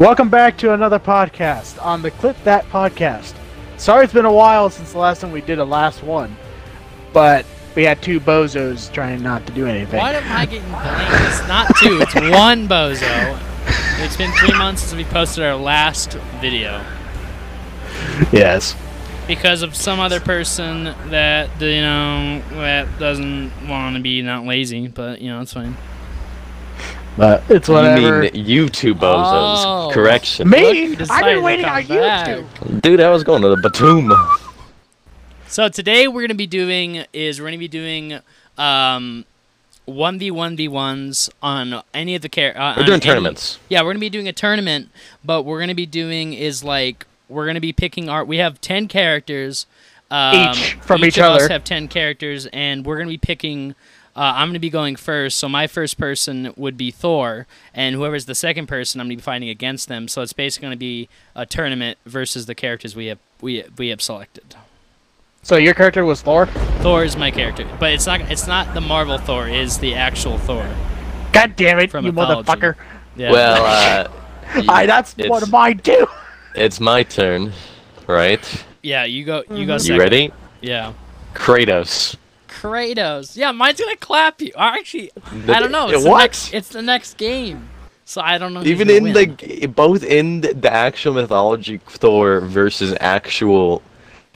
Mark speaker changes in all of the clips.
Speaker 1: Welcome back to another podcast on the Clip That Podcast. Sorry it's been a while since the last time we did a last one, but we had two bozos trying not to do anything.
Speaker 2: Why am I getting blamed? It's not two, it's one bozo. It's been three months since we posted our last video
Speaker 1: Yes.
Speaker 2: because of some other person that you know that doesn't want to be not lazy, but you know it's fine.
Speaker 1: But it's
Speaker 3: You
Speaker 1: whatever.
Speaker 3: mean you two bozos?
Speaker 2: Oh.
Speaker 3: Correction.
Speaker 2: Look,
Speaker 1: Me?
Speaker 2: you
Speaker 1: I've
Speaker 2: decided
Speaker 1: been
Speaker 2: to
Speaker 1: waiting
Speaker 2: come
Speaker 1: on you
Speaker 2: back.
Speaker 1: two.
Speaker 3: Dude, I was going to the Batum.
Speaker 2: So today we're gonna be doing is we're gonna be doing um one v one v ones on any of the care. Uh,
Speaker 3: We're
Speaker 2: on
Speaker 3: doing
Speaker 2: any-
Speaker 3: tournaments.
Speaker 2: Yeah, we're gonna be doing a tournament, but we're gonna be doing is like we're gonna be picking our. We have ten characters. Um,
Speaker 1: Each from each
Speaker 2: of us
Speaker 1: other.
Speaker 2: have ten characters, and we're gonna be picking. Uh, I'm gonna be going first, so my first person would be Thor, and whoever's the second person, I'm gonna be fighting against them. So it's basically gonna be a tournament versus the characters we have we we have selected.
Speaker 1: So your character was Thor?
Speaker 2: Thor is my character, but it's not it's not the Marvel Thor. It is the actual Thor.
Speaker 1: God damn it,
Speaker 2: From
Speaker 1: you
Speaker 2: mythology.
Speaker 1: motherfucker.
Speaker 2: Yeah.
Speaker 3: Well, uh.
Speaker 1: I, that's
Speaker 3: it's,
Speaker 1: one of mine too.
Speaker 3: It's my turn, right?
Speaker 2: yeah, you go you
Speaker 1: Mm-hmm.
Speaker 2: go.
Speaker 3: You
Speaker 2: second.
Speaker 3: ready?
Speaker 2: Yeah.
Speaker 3: Kratos.
Speaker 2: Kratos. Yeah, mine's gonna clap you. Or Actually, I
Speaker 3: The-
Speaker 2: don't know.
Speaker 3: it-
Speaker 2: It's the
Speaker 3: what?
Speaker 2: next, it's the next game, so I don't know. who's
Speaker 3: Even
Speaker 2: gonna
Speaker 3: in
Speaker 2: win.
Speaker 3: the. Both in the, the actual mythology Thor versus actual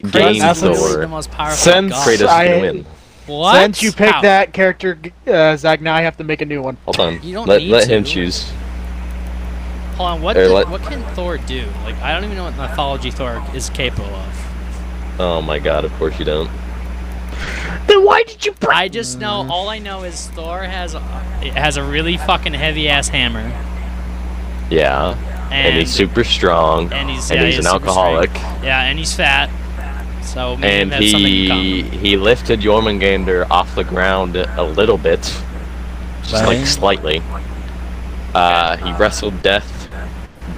Speaker 2: Kratos
Speaker 3: game
Speaker 2: is literally
Speaker 3: Thor.
Speaker 2: the most powerful
Speaker 3: Since
Speaker 2: god.
Speaker 3: Kratos is
Speaker 1: I-
Speaker 3: gonna win.
Speaker 2: What?
Speaker 1: Since you picked
Speaker 2: How?
Speaker 1: that character, uh, Zach, now I have to make a new one.
Speaker 3: Hold on.
Speaker 2: You don't
Speaker 3: let
Speaker 2: need
Speaker 3: let
Speaker 2: to.
Speaker 3: him choose.
Speaker 2: Hold on. What?
Speaker 3: Or
Speaker 2: did-
Speaker 3: let-
Speaker 2: what can Thor do? Like, I don't even know what mythology Thor is capable of.
Speaker 3: Oh my god, of course you don't.
Speaker 1: Then why did you bring
Speaker 2: I just know.
Speaker 3: Mm.
Speaker 2: All I know is Thor has a, has a really fucking heavy ass hammer.
Speaker 3: Yeah. And, he's super strong.
Speaker 2: and he's, yeah,
Speaker 3: an
Speaker 2: he's super
Speaker 3: alcoholic.
Speaker 2: straight. Yeah, and he's fat. So maybe
Speaker 3: and
Speaker 2: that's something in
Speaker 3: he
Speaker 2: common.
Speaker 3: he lifted Jormungandr off the ground a little bit, just
Speaker 1: Right.
Speaker 3: like slightly. Uh, he wrestled death,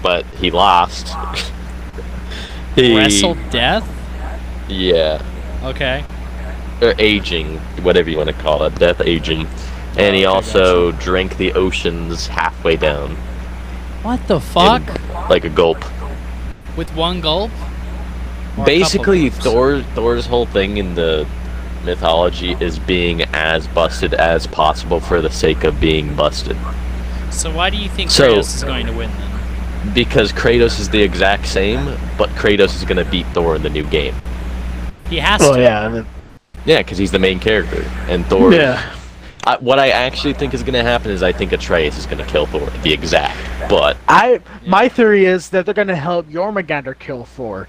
Speaker 3: but he lost. he
Speaker 2: wrestled death.
Speaker 3: yeah,
Speaker 2: Okay.
Speaker 3: or aging, whatever you want to call it, death aging, and he
Speaker 2: Oh, Okay,
Speaker 3: also drank the oceans halfway down,
Speaker 2: What the fuck?
Speaker 3: in, like a gulp.
Speaker 2: With one gulp. Or a couple
Speaker 3: Basically,
Speaker 2: gulps?
Speaker 3: Thor Thor's whole thing in the mythology is being as busted as possible for the sake of being busted.
Speaker 2: So why do you think
Speaker 3: So-
Speaker 2: Kratos is going to win then?
Speaker 3: Because Kratos is the exact same, but Kratos is gonna beat Thor in the new game.
Speaker 2: He has
Speaker 1: Well,
Speaker 2: to.
Speaker 1: yeah. I mean,
Speaker 3: Yeah, because he's the main character, and Thor.
Speaker 1: yeah.
Speaker 3: I, what I actually think is gonna happen is I think Atreus is gonna kill Thor, the exact. But
Speaker 1: I my theory is that they're gonna help Jormungandr kill Thor.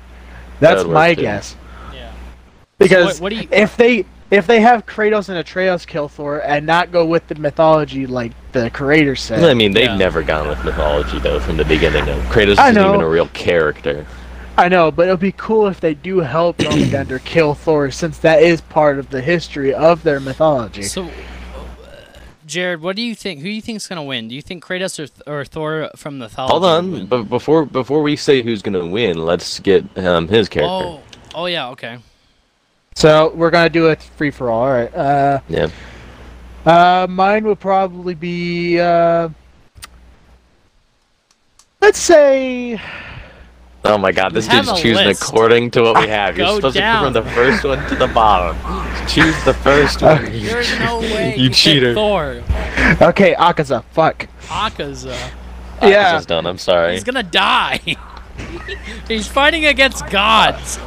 Speaker 1: That's
Speaker 3: That'd work,
Speaker 1: my
Speaker 3: too.
Speaker 1: guess.
Speaker 2: Yeah.
Speaker 1: Because
Speaker 2: what- what do you-
Speaker 1: if they if they have Kratos and Atreus kill Thor and not go with the mythology like the creator said,
Speaker 3: I mean, they've
Speaker 2: Yeah.
Speaker 3: never gone with mythology though from the beginning. Of Kratos
Speaker 1: I
Speaker 3: isn't
Speaker 1: know.
Speaker 3: even a real character.
Speaker 1: I know, but it'll be cool if they do help Jormungandr kill Thor since that is part of the history of their mythology.
Speaker 2: So, uh, Jared, what do you think? Who do you think's going to win? Do you think Kratos or, Th- or Thor from the mythology?
Speaker 3: Hold
Speaker 2: would win?
Speaker 3: on, but before before we say who's gonna win, let's get um, his character.
Speaker 2: Oh. Oh yeah. Okay.
Speaker 1: So we're gonna do a free for all. All right. Uh,
Speaker 3: Yeah,
Speaker 1: Uh, mine would probably be, uh, let's say,
Speaker 3: Oh my god, this
Speaker 2: have
Speaker 3: dude's
Speaker 2: a
Speaker 3: choosing
Speaker 2: list.
Speaker 3: according to what we have. You're
Speaker 2: Go
Speaker 3: supposed
Speaker 2: down.
Speaker 3: to go from the first one to the bottom. Choose the first one.
Speaker 2: There's no way.
Speaker 3: You
Speaker 2: picked
Speaker 3: cheater.
Speaker 2: Thor.
Speaker 1: okay, Akaza, fuck.
Speaker 2: Akaza.
Speaker 3: I
Speaker 1: Yeah.
Speaker 3: was done. I'm sorry.
Speaker 2: He's gonna die. He's fighting against gods.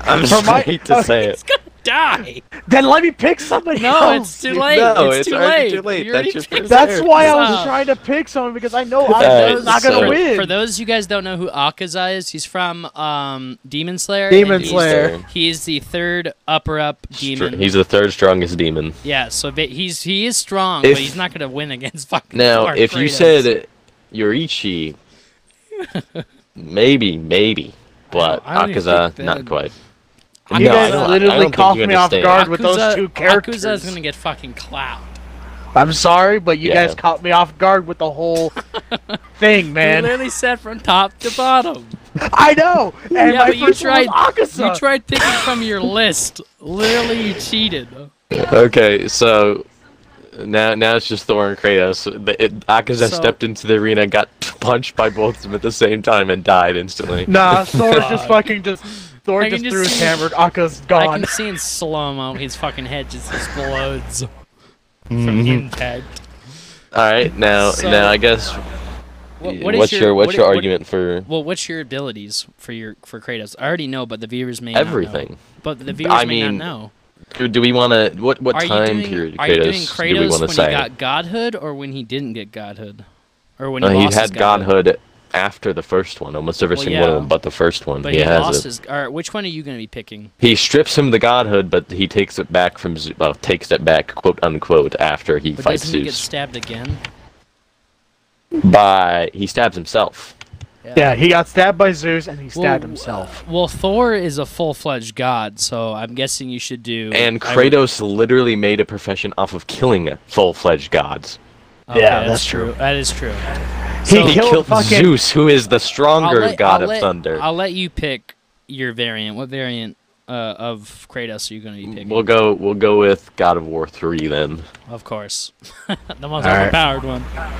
Speaker 3: I'm
Speaker 1: For my-
Speaker 3: sorry to say
Speaker 2: He's
Speaker 3: it.
Speaker 2: gonna die
Speaker 1: Then let me pick somebody
Speaker 2: No,
Speaker 1: else.
Speaker 2: it's too late.
Speaker 3: No,
Speaker 2: it's,
Speaker 3: it's
Speaker 2: too,
Speaker 3: already
Speaker 2: late.
Speaker 3: too late.
Speaker 2: You
Speaker 3: That's
Speaker 2: already
Speaker 3: your
Speaker 2: picked
Speaker 3: first
Speaker 2: it.
Speaker 1: That's why I was
Speaker 2: Stop.
Speaker 1: trying to pick someone because I know
Speaker 3: Alright,
Speaker 1: Akaza's not gonna
Speaker 3: so-
Speaker 1: win.
Speaker 2: uh, For those of you guys don't know who Akaza is, he's from um, Demon Slayer.
Speaker 1: Demon
Speaker 2: and he's-
Speaker 1: Slayer.
Speaker 2: He is the third upper up demon.
Speaker 3: He's the third strongest demon.
Speaker 2: yeah, so ba- he's he is strong,
Speaker 3: If-
Speaker 2: but he's not gonna win against fucking.
Speaker 3: Now,
Speaker 2: Thor
Speaker 3: if you
Speaker 2: Kratos.
Speaker 3: said Yorichi, maybe, maybe, but
Speaker 2: I don't even
Speaker 3: Akaza,
Speaker 2: think
Speaker 3: not
Speaker 2: that-
Speaker 3: quite.
Speaker 1: you
Speaker 3: No, I
Speaker 1: guys
Speaker 3: don't- I don't
Speaker 1: literally
Speaker 3: think
Speaker 1: caught
Speaker 3: you
Speaker 1: me off
Speaker 3: understand.
Speaker 1: guard with those two characters.
Speaker 2: Akaza's gonna get fucking clapped.
Speaker 1: I'm sorry, but you
Speaker 3: Yeah.
Speaker 1: guys caught me off guard with the whole thing,
Speaker 2: Man. He
Speaker 1: man.
Speaker 2: literally said from top to bottom.
Speaker 1: I know. And
Speaker 2: yeah,
Speaker 1: my
Speaker 2: but you
Speaker 1: first one
Speaker 2: tried.
Speaker 1: was Akaza.
Speaker 2: You tried picking from your list. Literally, you cheated.
Speaker 3: Okay, so Now, now it's just Thor and Kratos. The- It,
Speaker 2: So-
Speaker 3: Akaza stepped into the arena, and got punched by both of them at the same time, and died instantly.
Speaker 1: Nah, Thor's just
Speaker 2: God.
Speaker 1: fucking just Thor
Speaker 2: I can
Speaker 1: just,
Speaker 2: just
Speaker 1: threw his
Speaker 2: see-
Speaker 1: hammer. and Akka's
Speaker 2: I
Speaker 1: gone.
Speaker 2: can see in slow mo his fucking head just explodes
Speaker 1: Mm-hmm.
Speaker 2: from impact.
Speaker 3: All right, now,
Speaker 2: So-
Speaker 3: now I guess.
Speaker 2: What, what is
Speaker 3: what's your, what's
Speaker 2: what-
Speaker 3: your
Speaker 2: what-
Speaker 3: argument for?
Speaker 2: well, what's your abilities for your for Kratos? I already know, but the viewers may Not know.
Speaker 3: Everything.
Speaker 2: But the viewers
Speaker 3: I
Speaker 2: may
Speaker 3: mean,
Speaker 2: not know.
Speaker 3: Do, do we want to? What what
Speaker 2: Are you
Speaker 3: time
Speaker 2: doing,
Speaker 3: period
Speaker 2: are you doing
Speaker 3: Kratos,
Speaker 2: Kratos
Speaker 3: do we want
Speaker 2: when
Speaker 3: to say?
Speaker 2: he got godhood or when he didn't get godhood, or when he
Speaker 3: Uh, he
Speaker 2: lost his
Speaker 3: had godhood after the first one, almost every
Speaker 2: Well,
Speaker 3: single one
Speaker 2: yeah.
Speaker 3: of them, but the first one.
Speaker 2: But
Speaker 3: he,
Speaker 2: he,
Speaker 3: has
Speaker 2: lost
Speaker 3: it.
Speaker 2: his. All right, which one are you going to be picking?
Speaker 3: He strips him the godhood, but he takes it back from Zeus. Well, takes it back, quote unquote, after he
Speaker 2: But
Speaker 3: fights
Speaker 2: doesn't he get
Speaker 3: Zeus.
Speaker 2: stabbed again?
Speaker 3: by he stabs himself.
Speaker 1: yeah, he got stabbed by Zeus and he
Speaker 2: Well,
Speaker 1: stabbed himself.
Speaker 2: uh, well, Thor is a full-fledged god, so I'm guessing you should do.
Speaker 3: And
Speaker 2: I would-
Speaker 3: Kratos literally made a profession off of killing full-fledged gods.
Speaker 2: Okay,
Speaker 1: Yeah, that's
Speaker 2: that's true. That is true.
Speaker 1: He
Speaker 2: So-
Speaker 3: He
Speaker 1: killed
Speaker 3: killed
Speaker 1: fucking-
Speaker 3: Zeus, who is the
Speaker 2: I'll
Speaker 3: stronger
Speaker 2: let-
Speaker 3: god
Speaker 2: I'll
Speaker 3: of
Speaker 2: let-
Speaker 3: thunder.
Speaker 2: I'll let you pick your variant. What variant uh, of Kratos are you going
Speaker 1: Mm,
Speaker 2: to be picking?
Speaker 3: We'll go. We'll go with God of War three then.
Speaker 2: of course, the most
Speaker 1: All right.
Speaker 2: overpowered one. Why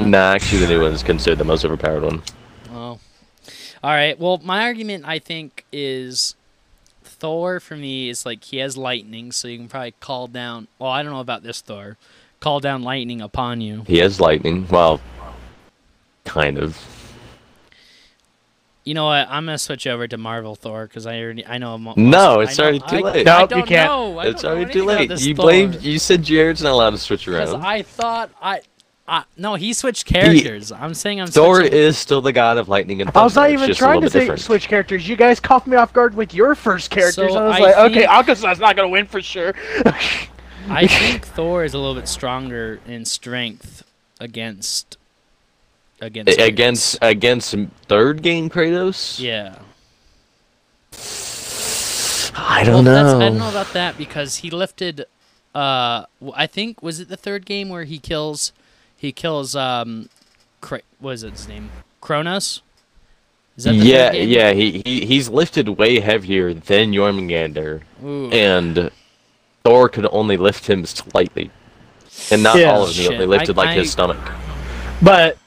Speaker 2: not?
Speaker 3: Nah, actually, the new one's considered the most overpowered one.
Speaker 2: Well, all right. Well, my argument I think is Thor for me is like he has lightning, so you can probably call down. Well, I don't know about this Thor. Call down lightning upon you.
Speaker 3: He has lightning. Well, kind of.
Speaker 2: You know what? I'm gonna switch over to Marvel Thor because I already I know. Mo-
Speaker 3: No,
Speaker 2: most-
Speaker 3: it's
Speaker 2: I know-
Speaker 3: already too
Speaker 2: I-
Speaker 3: late.
Speaker 2: I
Speaker 1: Nope, you
Speaker 2: don't
Speaker 1: can't.
Speaker 2: know. I
Speaker 3: it's
Speaker 2: don't know
Speaker 3: already too
Speaker 2: anything about
Speaker 3: late.
Speaker 2: this
Speaker 3: You
Speaker 2: Thor.
Speaker 3: blamed. You said Jared's not allowed to switch
Speaker 2: Because
Speaker 3: around.
Speaker 2: I thought I, I no, he switched characters. I'm saying I'm
Speaker 3: Thor
Speaker 2: switching-
Speaker 3: is still the god of lightning and thunder.
Speaker 1: I was not
Speaker 3: it's
Speaker 1: even
Speaker 3: just a
Speaker 1: trying to
Speaker 3: little bit
Speaker 1: say
Speaker 3: different.
Speaker 1: switch characters. You guys caught me off guard with your first characters.
Speaker 2: So
Speaker 1: I was
Speaker 2: I
Speaker 1: like, okay,
Speaker 2: think-
Speaker 1: Akka's not gonna win for sure.
Speaker 2: I think Thor is a little bit stronger in strength against against
Speaker 3: A- Against against third game Kratos.
Speaker 2: Yeah.
Speaker 3: I
Speaker 2: Well,
Speaker 3: don't
Speaker 2: that's,
Speaker 3: know.
Speaker 2: I don't know about that because he lifted. Uh, w- I think was it the third game where he kills, he kills um, Kra- what is his name? Kronos. Is that the
Speaker 3: yeah,
Speaker 2: third game?
Speaker 3: yeah. He, he he's lifted way heavier than Jormungandr,
Speaker 2: Ooh.
Speaker 3: and Thor could only lift him slightly, and not
Speaker 1: Yeah.
Speaker 3: all of him.
Speaker 2: Shit,
Speaker 3: They lifted
Speaker 2: I-
Speaker 3: like his
Speaker 2: I-
Speaker 3: stomach.
Speaker 1: But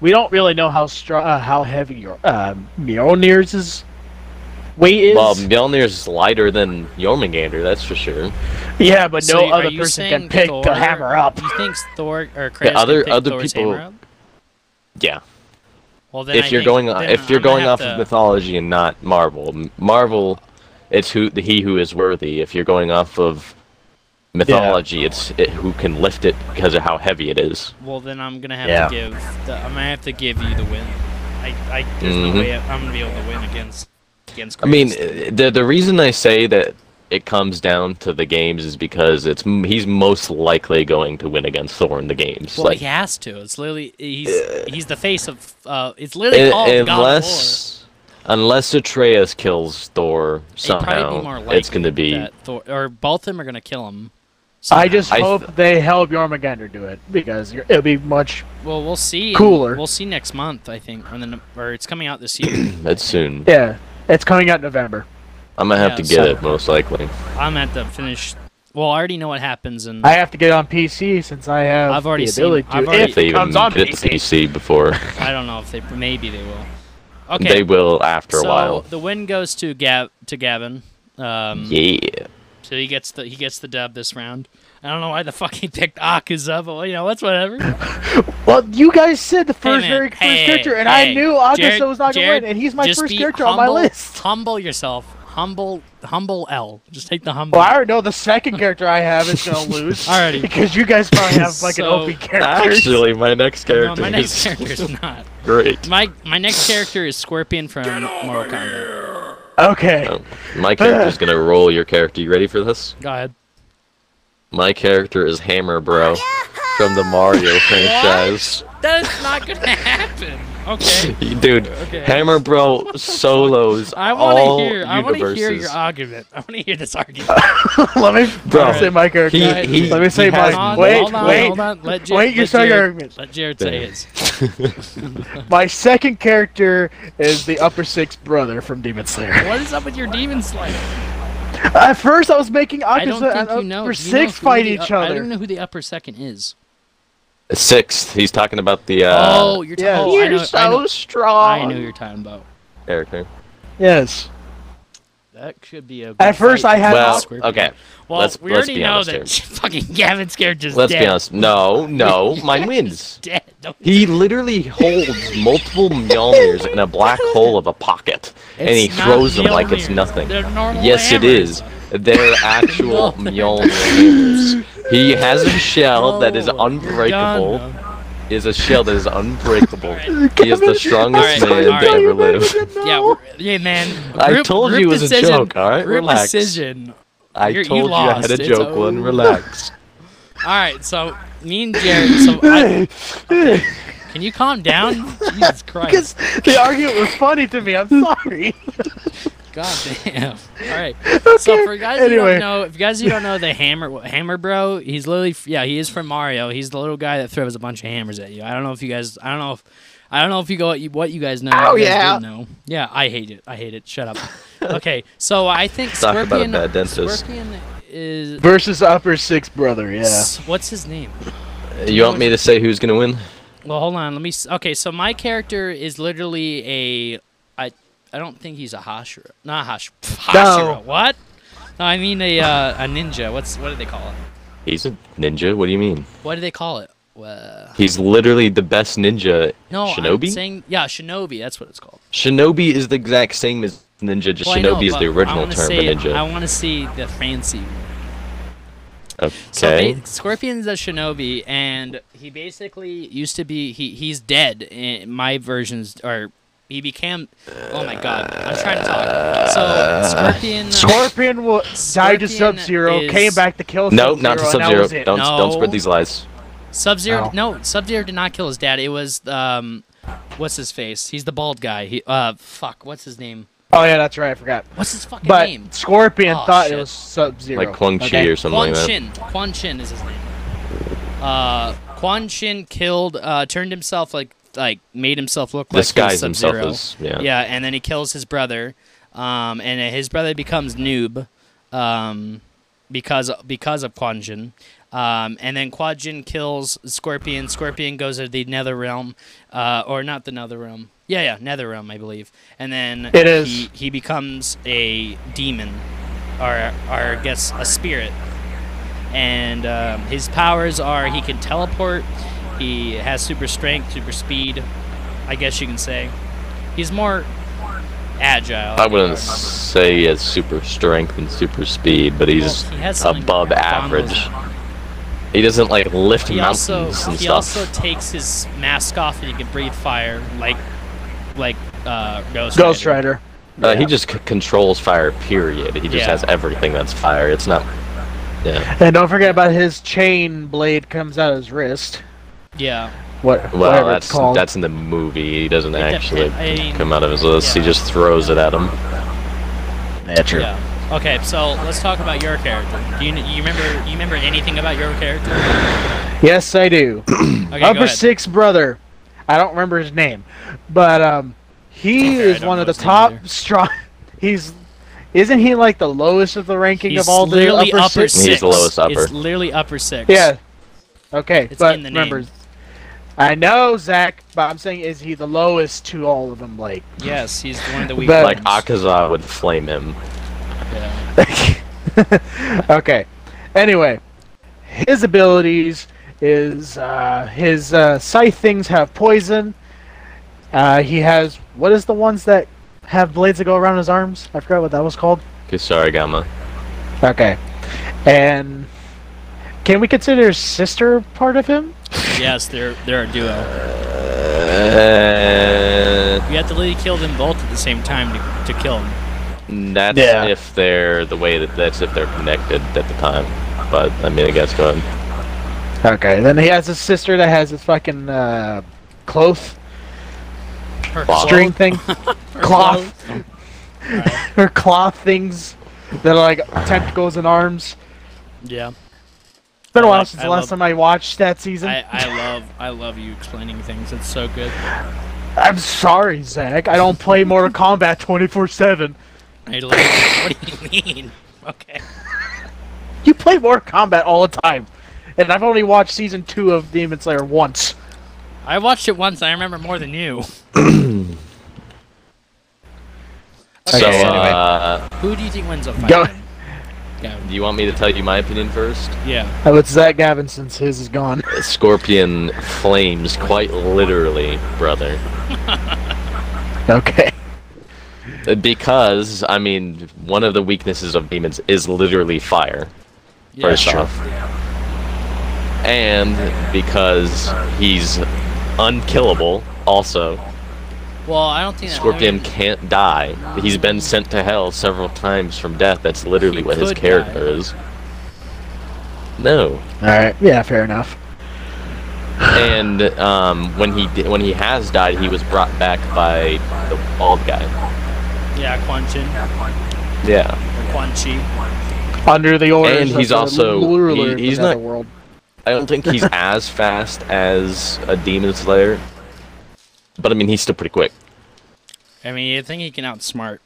Speaker 1: we don't really know how strong, uh, how heavy your uh, Mjolnir's weight is.
Speaker 3: Well, Mjolnir's lighter than Jormungandr, that's for sure.
Speaker 1: yeah, but no
Speaker 2: So are
Speaker 1: other
Speaker 2: you
Speaker 1: person
Speaker 2: saying
Speaker 1: can pick
Speaker 2: Thor,
Speaker 1: the hammer up.
Speaker 2: You think Thor or Kratos can
Speaker 3: other-
Speaker 2: pick
Speaker 3: other
Speaker 2: Thor's
Speaker 3: people-
Speaker 2: hammer up?
Speaker 3: Yeah.
Speaker 2: Well, then I
Speaker 3: If you're
Speaker 2: think-
Speaker 3: going
Speaker 2: then
Speaker 3: if you're
Speaker 2: I'm gonna
Speaker 3: going
Speaker 2: have
Speaker 3: off
Speaker 2: to-
Speaker 3: of mythology and not Marvel, M- Marvel, it's who the he who is worthy. If you're going off of mythology, it's it, who can lift it because of how heavy it is.
Speaker 2: Well, then I'm gonna have
Speaker 1: Yeah.
Speaker 2: to give. The, I'm gonna have to give you the win. I, I there's
Speaker 3: Mhm.
Speaker 2: no way I'm gonna be able to win against against. Kratos.
Speaker 3: I mean, uh, the the reason I say that it comes down to the games is because it's m- he's most likely going to win against Thor in the games.
Speaker 2: Well,
Speaker 3: like
Speaker 2: he has to. It's literally he's he's the face of. Uh, it's literally
Speaker 3: un-
Speaker 2: called God
Speaker 3: unless unless Atreus kills Thor
Speaker 2: of War. It'd probably
Speaker 3: somehow,
Speaker 2: be more likely
Speaker 3: it's going to be
Speaker 2: that Thor or both of them are gonna kill him.
Speaker 1: I
Speaker 2: somehow.
Speaker 1: just
Speaker 3: I-
Speaker 1: hope they help Jormungandr do it because you're- it'll be much.
Speaker 2: well, we'll see.
Speaker 1: Cooler.
Speaker 2: We'll see next month, I think, or then or it's coming out this year.
Speaker 3: that's soon.
Speaker 1: Yeah, it's coming out in November.
Speaker 3: I'm gonna have
Speaker 2: Yeah,
Speaker 3: to get
Speaker 2: so-
Speaker 3: it most likely.
Speaker 2: I'm at the finish. Well, I already know what happens, and
Speaker 1: I have to get on PC since I have
Speaker 2: I've already
Speaker 1: the ability
Speaker 2: seen-
Speaker 1: to.
Speaker 2: I've already-
Speaker 1: if
Speaker 3: If they
Speaker 1: it
Speaker 3: even
Speaker 1: comes on
Speaker 3: did it to
Speaker 1: PC.
Speaker 3: PC before,
Speaker 2: I don't know if they maybe they will. Okay,
Speaker 3: they will after
Speaker 2: so
Speaker 3: a while.
Speaker 2: the win goes to Gav to Gavin. Um,
Speaker 3: Yeah.
Speaker 2: So he gets the he gets the dub this round. I don't know why the fuck he picked Akaza, but you know that's whatever.
Speaker 1: Well, you guys said the first
Speaker 2: Hey, man.
Speaker 1: very first
Speaker 2: Hey,
Speaker 1: character, and I
Speaker 2: hey.
Speaker 1: knew Augusto
Speaker 2: Jared-
Speaker 1: was not going to
Speaker 2: Jared,
Speaker 1: win, and he's my
Speaker 2: just
Speaker 1: first
Speaker 2: be
Speaker 1: character on my
Speaker 2: humble-
Speaker 1: list.
Speaker 2: Humble yourself. Humble, humble L. Just take the humble.
Speaker 1: Well, I already know the second character I have is going to lose.
Speaker 2: Alrighty.
Speaker 1: Because you guys probably have like
Speaker 2: So-
Speaker 1: an OP character.
Speaker 3: Actually, my next
Speaker 2: no,
Speaker 3: character
Speaker 2: my next
Speaker 3: is
Speaker 2: character is not.
Speaker 3: great.
Speaker 2: My my next character is Scorpion from Mortal Kombat.
Speaker 1: Okay.
Speaker 3: Oh, My character's gonna roll your character. You ready for this?
Speaker 2: Go ahead.
Speaker 3: My character is Hammer Bro from the Mario franchise.
Speaker 2: That is not gonna happen. Okay.
Speaker 3: Dude,
Speaker 2: Okay.
Speaker 3: Hammer Bro solos
Speaker 2: I want
Speaker 3: all
Speaker 2: to hear. I want to
Speaker 3: universes.
Speaker 2: hear your argument. I want to hear this argument.
Speaker 1: Let me let me say my character.
Speaker 3: He-
Speaker 2: Alright.
Speaker 3: he-
Speaker 1: Let me say
Speaker 3: he has
Speaker 1: mine.
Speaker 2: Hold on,
Speaker 1: Wait,
Speaker 2: hold on,
Speaker 1: wait,
Speaker 2: hold on. Let Jared,
Speaker 1: wait, you
Speaker 2: let
Speaker 1: saw your
Speaker 2: Jared-
Speaker 1: argument.
Speaker 2: Let Jared say
Speaker 3: Yeah.
Speaker 2: his.
Speaker 1: my second character is the Upper Six brother from Demon Slayer.
Speaker 2: What is up with your demon slayer?
Speaker 1: At first, I was making
Speaker 2: I don't
Speaker 1: Akasa
Speaker 2: think
Speaker 1: and
Speaker 2: you know.
Speaker 1: Upper
Speaker 2: you know
Speaker 1: Six
Speaker 2: who
Speaker 1: fight
Speaker 2: the
Speaker 1: each
Speaker 2: up- I
Speaker 1: other.
Speaker 2: don't know who the upper second is.
Speaker 3: Sixth, he's talking about the uh,
Speaker 2: oh, you're
Speaker 1: yes.
Speaker 2: talking. I know, I know,
Speaker 3: strong.
Speaker 2: I know you're talking about.
Speaker 3: character.
Speaker 1: Yes.
Speaker 2: That could be a. good
Speaker 1: At first,
Speaker 2: fight
Speaker 1: I had
Speaker 2: between
Speaker 3: Well,
Speaker 2: Scorpion.
Speaker 3: okay.
Speaker 2: Well,
Speaker 3: let's-
Speaker 2: we
Speaker 3: let's
Speaker 2: already
Speaker 3: be
Speaker 2: know
Speaker 3: honest
Speaker 2: that
Speaker 3: here.
Speaker 2: fucking Gavin's character's
Speaker 3: Let's
Speaker 2: dead.
Speaker 3: be honest. No, no, mine wins.
Speaker 2: Dead. Don't-
Speaker 3: He literally holds multiple Mjolnirs in a black hole of a pocket, and he
Speaker 2: It's not
Speaker 3: throws them like it's
Speaker 2: Mjolnir.
Speaker 3: nothing.
Speaker 2: They're normal
Speaker 3: Yes, it
Speaker 2: hammers.
Speaker 3: is. They're actual Mjolnirs. He has a shell that is
Speaker 2: No, you're
Speaker 3: unbreakable.
Speaker 2: done, though.
Speaker 3: Is a shell that is unbreakable.
Speaker 2: Alright.
Speaker 3: He is the
Speaker 1: Kevin,
Speaker 3: strongest
Speaker 2: I'm sorry,
Speaker 3: man to
Speaker 2: alright.
Speaker 3: ever live.
Speaker 2: Yeah, we're- yeah, man.
Speaker 3: I
Speaker 2: Group-
Speaker 3: told you
Speaker 2: group
Speaker 3: it was a
Speaker 2: decision,
Speaker 3: joke, alright?
Speaker 2: Group
Speaker 3: Relax.
Speaker 2: decision.
Speaker 3: I
Speaker 2: You're- you
Speaker 3: told you, I had
Speaker 2: lost.
Speaker 3: a
Speaker 2: It's
Speaker 3: joke one.
Speaker 2: over.
Speaker 3: Relax.
Speaker 2: All right, so me and Jared. So I, can you calm down?
Speaker 1: Because
Speaker 2: Jesus Christ!
Speaker 1: the argument was funny to me. I'm sorry.
Speaker 2: God damn! All right. So
Speaker 1: Okay,
Speaker 2: for guys who
Speaker 1: anyway.
Speaker 2: don't know, if guys who don't know the hammer hammer bro, he's literally yeah he is from Mario. He's the little guy that throws a bunch of hammers at you. I don't know if you guys I don't know if I don't know if you go what you guys know.
Speaker 1: Oh,
Speaker 2: you guys
Speaker 1: yeah.
Speaker 2: didn't know. yeah. I hate it. I hate it. Shut up. okay, so I think
Speaker 3: Talk about a
Speaker 2: Scorpion
Speaker 3: bad dentist.
Speaker 2: Scorpion is
Speaker 1: Versus Upper Six Brother, yeah.
Speaker 2: what's his name?
Speaker 3: You want me to say who's gonna win?
Speaker 2: Well, hold on. Let me. s- Okay, so my character is literally a. I I don't think he's a Hashira. Not Hash. Hashira. What? No, I mean a uh, a ninja. What's what do they call it?
Speaker 3: He's a ninja. What do you mean?
Speaker 2: What do they call it? Well,
Speaker 3: He's literally the best ninja.
Speaker 2: no,
Speaker 3: Shinobi.
Speaker 2: I'm saying yeah, Shinobi. That's what it's called.
Speaker 3: Shinobi is the exact same as ninja. Just
Speaker 2: Well, I know,
Speaker 3: Shinobi is
Speaker 2: but
Speaker 3: the
Speaker 2: I
Speaker 3: original
Speaker 2: wanna
Speaker 3: term for
Speaker 2: see- I
Speaker 3: ninja.
Speaker 2: want to see the fancy. one. So
Speaker 3: Okay.
Speaker 2: ba- Scorpion's a shinobi, and he basically used to be. He he's dead. In my versions or he became. Oh my god! I'm trying to talk. So Scorpion.
Speaker 1: Scorpion will died to
Speaker 2: Scorpion
Speaker 1: Sub Zero,
Speaker 2: is-
Speaker 1: came back to kill
Speaker 3: No,
Speaker 1: Sub-Zero,
Speaker 3: not to
Speaker 1: and
Speaker 3: Sub
Speaker 1: that
Speaker 3: Zero.
Speaker 1: was it.
Speaker 3: Don't don't
Speaker 2: No.
Speaker 3: spread these lies.
Speaker 2: Sub Zero.
Speaker 1: Ow.
Speaker 2: No, Sub Zero did not kill his dad. It was um, what's his face? He's the bald guy. He uh, fuck. What's his name?
Speaker 1: Oh yeah, that's right. I forgot.
Speaker 2: What's his fucking
Speaker 1: But
Speaker 2: name?
Speaker 1: Scorpion
Speaker 2: Oh,
Speaker 1: thought
Speaker 2: shit.
Speaker 1: it was Sub Zero,
Speaker 3: Like Kwang Chi or something
Speaker 2: Quan
Speaker 3: like that.
Speaker 2: Shin. Quan Shin is his name. Uh, Quan Shin killed. Uh, turned himself like like made himself look like he was
Speaker 3: Disguised himself
Speaker 2: Sub-Zero.
Speaker 3: as- yeah.
Speaker 2: Yeah, and then he kills his brother. Um, and then his brother becomes noob. Um, because because of Quan Jin. Um, and then Quan Jin kills Scorpion. Scorpion goes to the Nether Realm, uh, or not the Nether Realm. Yeah, yeah, Nether Realm, I believe. And then
Speaker 1: It is.
Speaker 2: He, he becomes a demon, or or I guess a spirit. And um, his powers are he can teleport. He has super strength, super speed. I guess you can say he's more agile.
Speaker 3: I wouldn't say he has super strength and super speed, but he's
Speaker 2: Well, he has something
Speaker 3: above
Speaker 2: that
Speaker 3: average.
Speaker 2: Donald's-
Speaker 3: He doesn't like lift
Speaker 2: He
Speaker 3: mountains
Speaker 2: also
Speaker 3: and
Speaker 2: he
Speaker 3: stuff.
Speaker 2: also takes his mask off and he can breathe fire like like uh, Ghost,
Speaker 1: Ghost Rider.
Speaker 3: uh, He just c- controls fire. Period. He just
Speaker 2: Yeah.
Speaker 3: has everything that's fire. It's not. Yeah.
Speaker 1: And don't forget about his chain blade comes out of his wrist.
Speaker 2: Yeah,
Speaker 1: What?
Speaker 3: Well,
Speaker 1: whatever
Speaker 3: that's
Speaker 1: it's called.
Speaker 3: that's in the movie. He doesn't
Speaker 2: dep-
Speaker 3: actually
Speaker 2: I mean,
Speaker 3: come out of his list.
Speaker 2: yeah.
Speaker 3: He just throws it at him. Natural.
Speaker 2: yeah. Okay, so let's talk about your character. Do you, you remember you remember anything about your character?
Speaker 1: yes, I do.
Speaker 2: Okay, go
Speaker 1: Upper
Speaker 2: ahead.
Speaker 1: Six Brother. I don't remember his name, but um, he
Speaker 2: Okay, I
Speaker 1: is
Speaker 2: don't
Speaker 1: one
Speaker 2: know
Speaker 1: of the
Speaker 2: his name
Speaker 1: top
Speaker 2: either.
Speaker 1: strong. He's isn't he like the lowest of the ranking
Speaker 2: He's
Speaker 1: of all the
Speaker 2: literally
Speaker 1: upper, six?
Speaker 2: six.
Speaker 3: He's the lowest upper.
Speaker 2: It's literally upper six.
Speaker 1: Yeah. Okay,
Speaker 2: It's
Speaker 1: but
Speaker 2: in the name.
Speaker 1: remember, I know Zach, but I'm saying is he the lowest to all of them, Blake?
Speaker 2: Yes, he's one of the weak
Speaker 1: But-
Speaker 3: Like
Speaker 2: ones.
Speaker 3: Akaza would flame him.
Speaker 2: Yeah.
Speaker 1: Okay. Anyway, his abilities is uh, his uh, scythe things have poison. Uh, he has what is the ones that have blades that go around his arms? I forgot what that was called.
Speaker 3: Kusarigama.
Speaker 1: Okay. And can we consider his sister part of him?
Speaker 2: yes, they're they're a duo.
Speaker 3: Uh,
Speaker 2: You have to literally kill them both at the same time to, to kill him.
Speaker 3: That's
Speaker 1: Yeah.
Speaker 3: if they're the way that that's if they're connected at the time. But I mean, I guess go ahead.
Speaker 1: Okay. Then he has a sister that has his fucking uh, cloth
Speaker 2: Her
Speaker 3: Wow.
Speaker 1: string thing.
Speaker 2: her
Speaker 1: cloth. Her cloth things that are like tentacles and arms.
Speaker 2: Yeah.
Speaker 1: It's been a
Speaker 2: I
Speaker 1: while
Speaker 2: like-
Speaker 1: since
Speaker 2: I
Speaker 1: the last
Speaker 2: love-
Speaker 1: time I watched that season.
Speaker 2: I, I love I love you explaining things. It's so good.
Speaker 1: I'm sorry, Zach. I don't play Mortal Kombat 24 7.
Speaker 2: I love you. What do you mean? Okay.
Speaker 1: You play Mortal Kombat all the time, and I've only watched season two of Demon Slayer once.
Speaker 2: I watched it once. I remember more than you.
Speaker 3: So,
Speaker 2: Okay, anyway.
Speaker 3: uh,
Speaker 2: Who do you think wins a fight?
Speaker 1: Go.
Speaker 2: Gavin.
Speaker 3: do you want me to tell you my opinion first?
Speaker 2: Yeah.
Speaker 1: Oh, it's Zach Gavin since his is gone.
Speaker 3: Scorpion flames quite literally, brother.
Speaker 1: Okay.
Speaker 3: Because, I mean, one of the weaknesses of demons is literally fire,
Speaker 2: yeah.
Speaker 3: first off. And because he's unkillable, also.
Speaker 2: Well, I don't think that- I
Speaker 3: Scorpion
Speaker 2: mean,
Speaker 3: can't die. He's been sent to hell several times from death. That's literally
Speaker 2: He
Speaker 3: what his
Speaker 2: could
Speaker 3: character
Speaker 2: die.
Speaker 3: is. No.
Speaker 1: All right. Yeah, fair enough.
Speaker 3: And um, when he di- when he has died, he was brought back by the bald guy.
Speaker 2: yeah, Quan Chin,
Speaker 3: Yeah.
Speaker 2: Quan Chi.
Speaker 1: Under the orders.
Speaker 3: And
Speaker 1: of
Speaker 3: he's
Speaker 1: the
Speaker 3: also-
Speaker 1: ruler
Speaker 3: he-
Speaker 1: of
Speaker 3: he's
Speaker 1: the
Speaker 3: not-
Speaker 1: world.
Speaker 3: I don't think he's as fast as a demon slayer, but I mean he's still pretty quick,
Speaker 2: I mean, I think he can outsmart,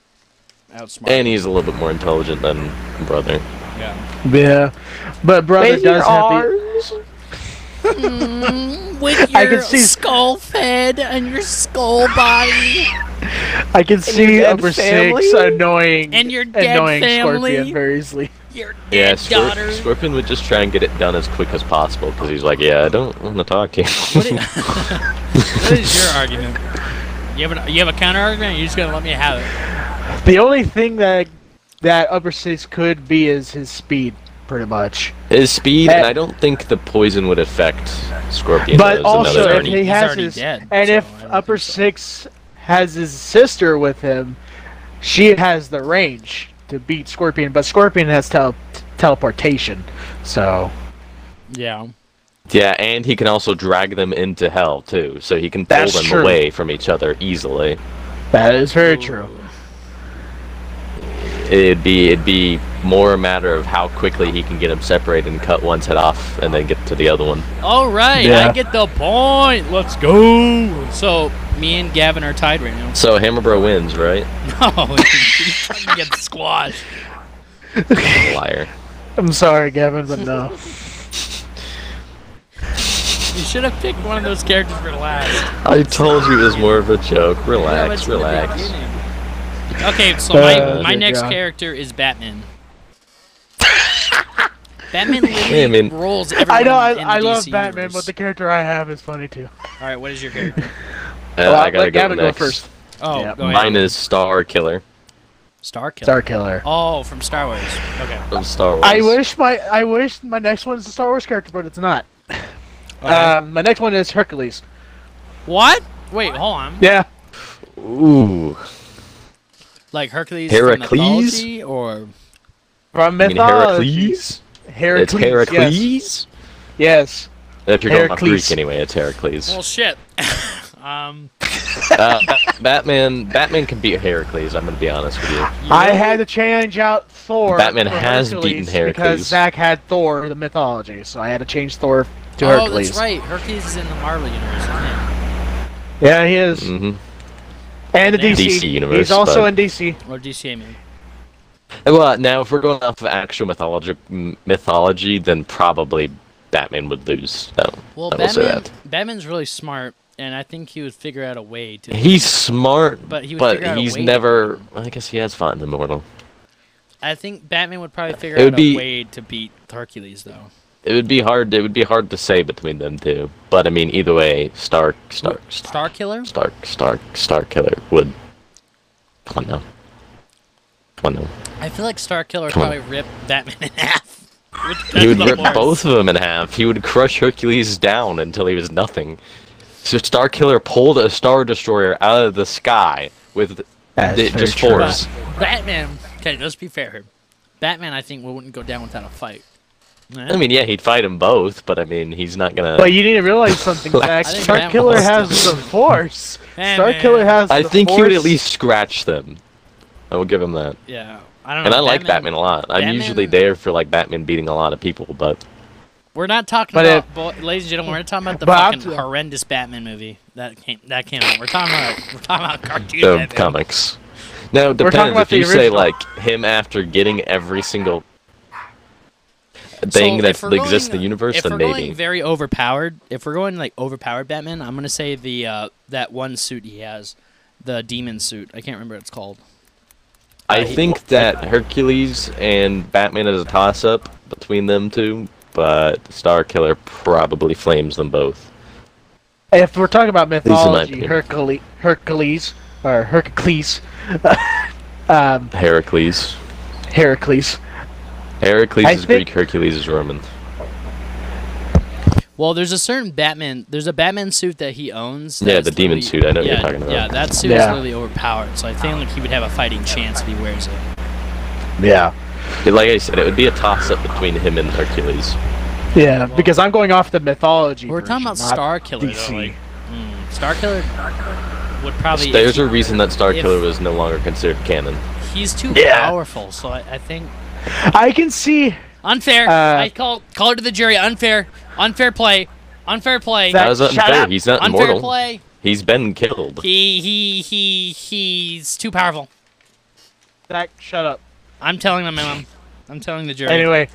Speaker 2: outsmart.
Speaker 3: and he's a little bit more intelligent than brother.
Speaker 2: yeah.
Speaker 1: Yeah, but brother does have the.
Speaker 2: With
Speaker 1: I can your see-
Speaker 2: skull fed and your skull body
Speaker 1: I can see
Speaker 3: dead
Speaker 1: over six
Speaker 3: family?
Speaker 1: annoying
Speaker 2: And your dead
Speaker 1: annoying
Speaker 2: family?
Speaker 1: Scorpion very easily.
Speaker 2: your
Speaker 3: Yeah, Scorp- Scorpion would just try and get it done as quick as possible because he's like, yeah, I don't want to talk to you.
Speaker 2: What i- what is your argument? You have, an, you have a counter argument. You just gonna let me have it.
Speaker 1: The only thing that that upper six could be is his speed, pretty much.
Speaker 3: His speed, and
Speaker 1: Eh.
Speaker 3: I don't think the poison would affect Scorpion.
Speaker 1: but
Speaker 3: is
Speaker 1: also,
Speaker 3: another
Speaker 1: if
Speaker 3: journey.
Speaker 1: he
Speaker 2: He's
Speaker 1: has
Speaker 2: already
Speaker 1: his
Speaker 2: dead,
Speaker 1: and
Speaker 2: so I
Speaker 1: if
Speaker 2: don't
Speaker 1: upper
Speaker 2: think so.
Speaker 1: six has his sister with him, she has the range to beat Scorpion. But Scorpion has tele- teleportation, so
Speaker 2: Yeah.
Speaker 3: yeah, and he can also drag them into hell too, so he can pull
Speaker 1: That's
Speaker 3: them
Speaker 1: true.
Speaker 3: away from each other easily.
Speaker 1: that is very true.
Speaker 3: It'd be it'd be more a matter of how quickly he can get them separated and cut one's head off and then get to the other one.
Speaker 2: All right, I
Speaker 1: Yeah.
Speaker 2: get the point. Let's go. So me and Gavin are tied right now.
Speaker 3: So Hammerbro wins, right?
Speaker 2: No, you fucking get squashed.
Speaker 3: Liar.
Speaker 1: I'm sorry, Gavin, but no.
Speaker 2: You should have picked one of those characters for last.
Speaker 3: I told you it was more of a joke.
Speaker 2: Yeah, but
Speaker 3: Relax,
Speaker 2: it's in the
Speaker 3: relax. Uh,
Speaker 2: beginning. Okay, so my,
Speaker 1: Uh,
Speaker 2: my
Speaker 1: dear
Speaker 2: next
Speaker 1: God.
Speaker 2: character is Batman. Batman literally
Speaker 3: Yeah, I mean-
Speaker 2: rolls everyone
Speaker 1: I know I,
Speaker 2: in the
Speaker 1: I love
Speaker 2: DC
Speaker 1: Batman,
Speaker 2: universe.
Speaker 1: but the character I have is funny too.
Speaker 2: All right, what is your character?
Speaker 3: Uh,
Speaker 1: Well,
Speaker 3: I gotta
Speaker 1: let
Speaker 3: go
Speaker 1: Gavin
Speaker 3: next.
Speaker 1: go first.
Speaker 2: Oh,
Speaker 1: Yep.
Speaker 2: go ahead.
Speaker 3: Mine is Star Killer
Speaker 2: Star Killer.
Speaker 1: Star Killer.
Speaker 2: Oh, from Star Wars. Okay.
Speaker 3: from Star Wars.
Speaker 1: I wish my I wish my next one is a Star Wars character, but it's not.
Speaker 3: Uh,
Speaker 1: Um, my next one is Hercules.
Speaker 2: what? Wait, hold on.
Speaker 1: Yeah.
Speaker 3: Ooh.
Speaker 2: Like Hercules
Speaker 3: Heracles?
Speaker 2: from mythology, or
Speaker 1: From
Speaker 3: I mean
Speaker 1: mythology.
Speaker 3: Heracles?
Speaker 1: Heracles.
Speaker 3: It's Heracles.
Speaker 1: Yes. yes.
Speaker 3: If you're going off
Speaker 1: Heracles.
Speaker 3: Greek anyway, it's Heracles.
Speaker 2: well, shit. um,
Speaker 3: uh, Ba- Batman Batman can beat Heracles, I'm gonna be honest with you.
Speaker 1: I had to change out Thor.
Speaker 3: Batman
Speaker 1: for
Speaker 3: has
Speaker 1: Hercules
Speaker 3: beaten Heracles.
Speaker 1: because Zach had Thor the mythology, so I had to change Thor to
Speaker 2: oh,
Speaker 1: Hercules.
Speaker 2: that's right. Hercules is in the Marvel universe, isn't it?
Speaker 1: Yeah, he is,
Speaker 3: hmm
Speaker 1: and the DC.
Speaker 3: DC universe,
Speaker 1: He's also
Speaker 3: but- uh,
Speaker 1: in DC.
Speaker 2: Or DC, I mean.
Speaker 3: Well, now if we're going off of actual mythology, m- mythology, then probably Batman would lose. No,
Speaker 2: Well,
Speaker 3: I will say
Speaker 2: Batman,
Speaker 3: that.
Speaker 2: Batman's really smart, and I think he would figure out a way to.
Speaker 3: He's smart,
Speaker 2: But
Speaker 3: but,
Speaker 2: he would figure out a
Speaker 3: he's
Speaker 2: way to
Speaker 3: never. I guess he has fought an immortal.
Speaker 2: I think Batman would probably figure
Speaker 3: It would
Speaker 2: out a
Speaker 3: be-
Speaker 2: way to beat Hercules, though.
Speaker 3: It would be hard. It would be hard to say between them two. But I mean, either way, Stark, Stark, Stark,
Speaker 2: Star Killer?
Speaker 3: Stark, Stark, Stark Killer would. Come on now. Come on now.
Speaker 2: I feel like Star Killer
Speaker 3: Come on.
Speaker 2: probably ripped Batman in half.
Speaker 3: He would rip both of them in half. He would crush Hercules down until he was nothing. So Star Killer pulled a Star Destroyer out of the sky with
Speaker 1: That is
Speaker 3: it
Speaker 1: very
Speaker 3: just
Speaker 1: true.
Speaker 3: force.
Speaker 2: Batman. Okay, let's be fair here. Batman, I think, wouldn't go down without a fight.
Speaker 3: I mean, yeah, he'd fight them both, but I mean, he's not gonna.
Speaker 1: But you need to realize something, Zach.
Speaker 2: I think
Speaker 1: Star
Speaker 2: Batman
Speaker 1: Killer
Speaker 2: was
Speaker 1: has the Force.
Speaker 2: Hey,
Speaker 1: Star
Speaker 2: man.
Speaker 1: Killer has.
Speaker 3: I
Speaker 1: the
Speaker 3: think he would at
Speaker 1: Force.
Speaker 3: least scratch them. I will give him that.
Speaker 2: Yeah, I don't know.
Speaker 3: And I like Batman a lot. I'm
Speaker 2: Oh, Batman-
Speaker 3: usually there for like Batman beating a lot of people, but
Speaker 2: We're not talking
Speaker 1: But
Speaker 2: about, bo- ladies and gentlemen. We're not talking about the
Speaker 1: But I'm
Speaker 2: fucking
Speaker 1: t-
Speaker 2: horrendous Batman movie that came that came out. We're talking about we're talking about cartoon
Speaker 3: um,
Speaker 2: Batman.
Speaker 3: comics. No, it
Speaker 1: We're talking
Speaker 3: depends.
Speaker 1: about
Speaker 3: If
Speaker 1: the
Speaker 3: you say
Speaker 1: original.
Speaker 3: like him after getting every single thing
Speaker 2: So
Speaker 3: that
Speaker 2: if we're
Speaker 3: exists in
Speaker 2: going-
Speaker 3: the universe,
Speaker 2: If
Speaker 3: then
Speaker 2: we're
Speaker 3: maybe.
Speaker 2: going very overpowered, if we're going like overpowered Batman, I'm gonna say the uh, that one suit he has, the demon suit. I can't remember what it's called.
Speaker 3: I think that Hercules and Batman is a toss-up between them two, but Star Killer probably flames them both.
Speaker 1: If we're talking about
Speaker 3: in my
Speaker 1: mythology,
Speaker 3: opinion.
Speaker 1: Hercules, Hercules, or Hercules, um,
Speaker 3: Heracles.
Speaker 1: Heracles.
Speaker 3: Heracles
Speaker 1: I
Speaker 3: is
Speaker 1: think-
Speaker 3: Greek. Hercules is Roman.
Speaker 2: Well, there's a certain Batman. There's a Batman suit that he owns.
Speaker 3: Yeah,
Speaker 2: that's
Speaker 3: the demon
Speaker 2: literally-
Speaker 3: suit, I know what
Speaker 2: yeah,
Speaker 3: you're talking about.
Speaker 2: Yeah, that suit is
Speaker 1: Yeah.
Speaker 2: literally overpowered. So I think like he would have a fighting chance if he wears it.
Speaker 1: Yeah.
Speaker 3: Like I said, it would be a toss-up between him and Hercules.
Speaker 1: Yeah, because I'm going off the mythology.
Speaker 2: We're talking about
Speaker 1: version,
Speaker 2: Star
Speaker 1: not
Speaker 2: Killer.
Speaker 1: DC.
Speaker 2: Though, like, mm, Star Killer would probably.
Speaker 3: There's
Speaker 2: he-
Speaker 3: a reason that Star
Speaker 2: if-
Speaker 3: Killer was no longer considered canon.
Speaker 2: He's too
Speaker 1: Yeah.
Speaker 2: powerful, so I, I think
Speaker 1: I can see
Speaker 2: unfair.
Speaker 1: Uh,
Speaker 2: I call call it to the jury. Unfair, unfair play, unfair play,
Speaker 1: That-
Speaker 3: That was
Speaker 1: shut
Speaker 3: unfair.
Speaker 1: up.
Speaker 3: He's not
Speaker 2: unfair
Speaker 3: immortal.
Speaker 2: play.
Speaker 3: He's been killed.
Speaker 2: He he he he's too powerful.
Speaker 1: that. Shut up.
Speaker 2: I'm telling my mom. I'm telling the jury.
Speaker 1: Anyway,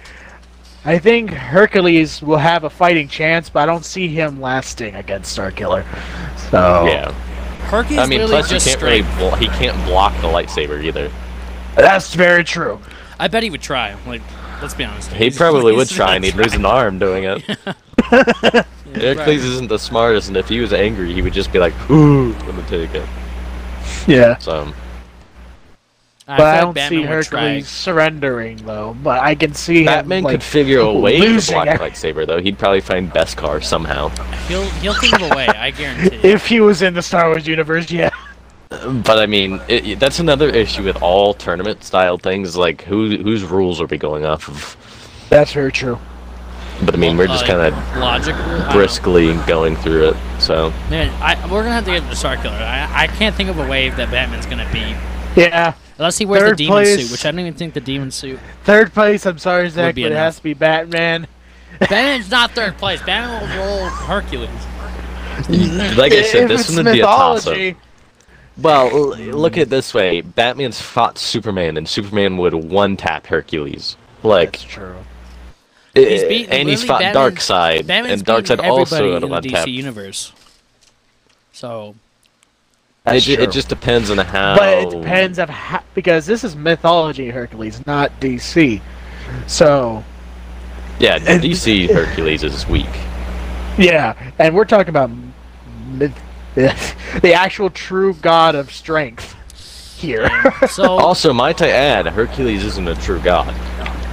Speaker 1: I think Hercules will have a fighting chance, but I don't see him lasting against Star Killer. So
Speaker 3: Yeah.
Speaker 2: Hercules
Speaker 3: I mean,
Speaker 2: literally
Speaker 3: plus you
Speaker 2: just
Speaker 3: can't
Speaker 2: straight.
Speaker 3: really blo- he can't block the lightsaber either.
Speaker 1: that's very true.
Speaker 2: I bet he would try. Like, let's be honest.
Speaker 3: He
Speaker 2: He's-
Speaker 3: probably would
Speaker 2: he's
Speaker 3: try,
Speaker 2: not
Speaker 3: and he'd lose an arm doing it. Hercules isn't the smartest, and if he was angry, he would just be like, "Ooh, let me take it."
Speaker 1: Yeah,
Speaker 3: So
Speaker 1: but
Speaker 2: I feel
Speaker 1: I,
Speaker 2: like
Speaker 1: don't
Speaker 2: Batman
Speaker 1: see
Speaker 2: would try.
Speaker 1: Hercules surrendering though. But I can see
Speaker 3: Batman
Speaker 1: him, like,
Speaker 3: could figure a way to
Speaker 1: losing
Speaker 3: block
Speaker 1: it.
Speaker 3: lightsaber, though. He'd probably find Beskar somehow.
Speaker 2: He'll he'll think of a way. I guarantee. it.
Speaker 1: if he was in the Star Wars universe. Yeah,
Speaker 3: But I mean, it, it- that's another issue with all tournament-style things. Like, who whose rules are we going off of?
Speaker 1: that's very true.
Speaker 3: But I mean, we're just
Speaker 2: Uh,
Speaker 3: kind of
Speaker 2: logic I don't know.
Speaker 3: briskly going through it. So
Speaker 2: Man, I, we're gonna have to get into Star Killer. I, I can't think of a wave that Batman's gonna be
Speaker 1: Yeah,
Speaker 2: unless he wears the
Speaker 1: Third
Speaker 2: demon
Speaker 1: place.
Speaker 2: suit, which I don't even think the demon suit.
Speaker 1: third place. I'm sorry, Zach,
Speaker 2: be
Speaker 1: but it
Speaker 2: enough.
Speaker 1: has to be Batman.
Speaker 2: Batman's not third place. Batman will roll Hercules.
Speaker 3: like I said,
Speaker 1: If
Speaker 3: this
Speaker 1: it's
Speaker 3: one would be a toss-up.
Speaker 1: mythology,
Speaker 3: Well, l- look at it this way: Batman's fought Superman, and Superman would one tap Hercules. Like,
Speaker 1: That's true.
Speaker 2: He's
Speaker 3: eh,
Speaker 2: beaten,
Speaker 3: and he's
Speaker 2: literally
Speaker 3: fought
Speaker 2: Batman's-
Speaker 3: Darkseid,
Speaker 2: Batman's
Speaker 3: and Darkseid
Speaker 2: beaten everybody
Speaker 3: also
Speaker 2: in
Speaker 3: would
Speaker 2: the
Speaker 3: one
Speaker 2: DC
Speaker 3: tap. It,
Speaker 2: universe. So
Speaker 1: That's
Speaker 3: ju-
Speaker 1: true.
Speaker 3: it just depends on how.
Speaker 1: But it depends of how, because this is mythology Hercules, not DC. So
Speaker 3: Yeah, DC Hercules is weak.
Speaker 1: yeah, and we're talking about myth- the actual true god of strength here.
Speaker 2: so
Speaker 3: Also, might I add, Hercules isn't a true god.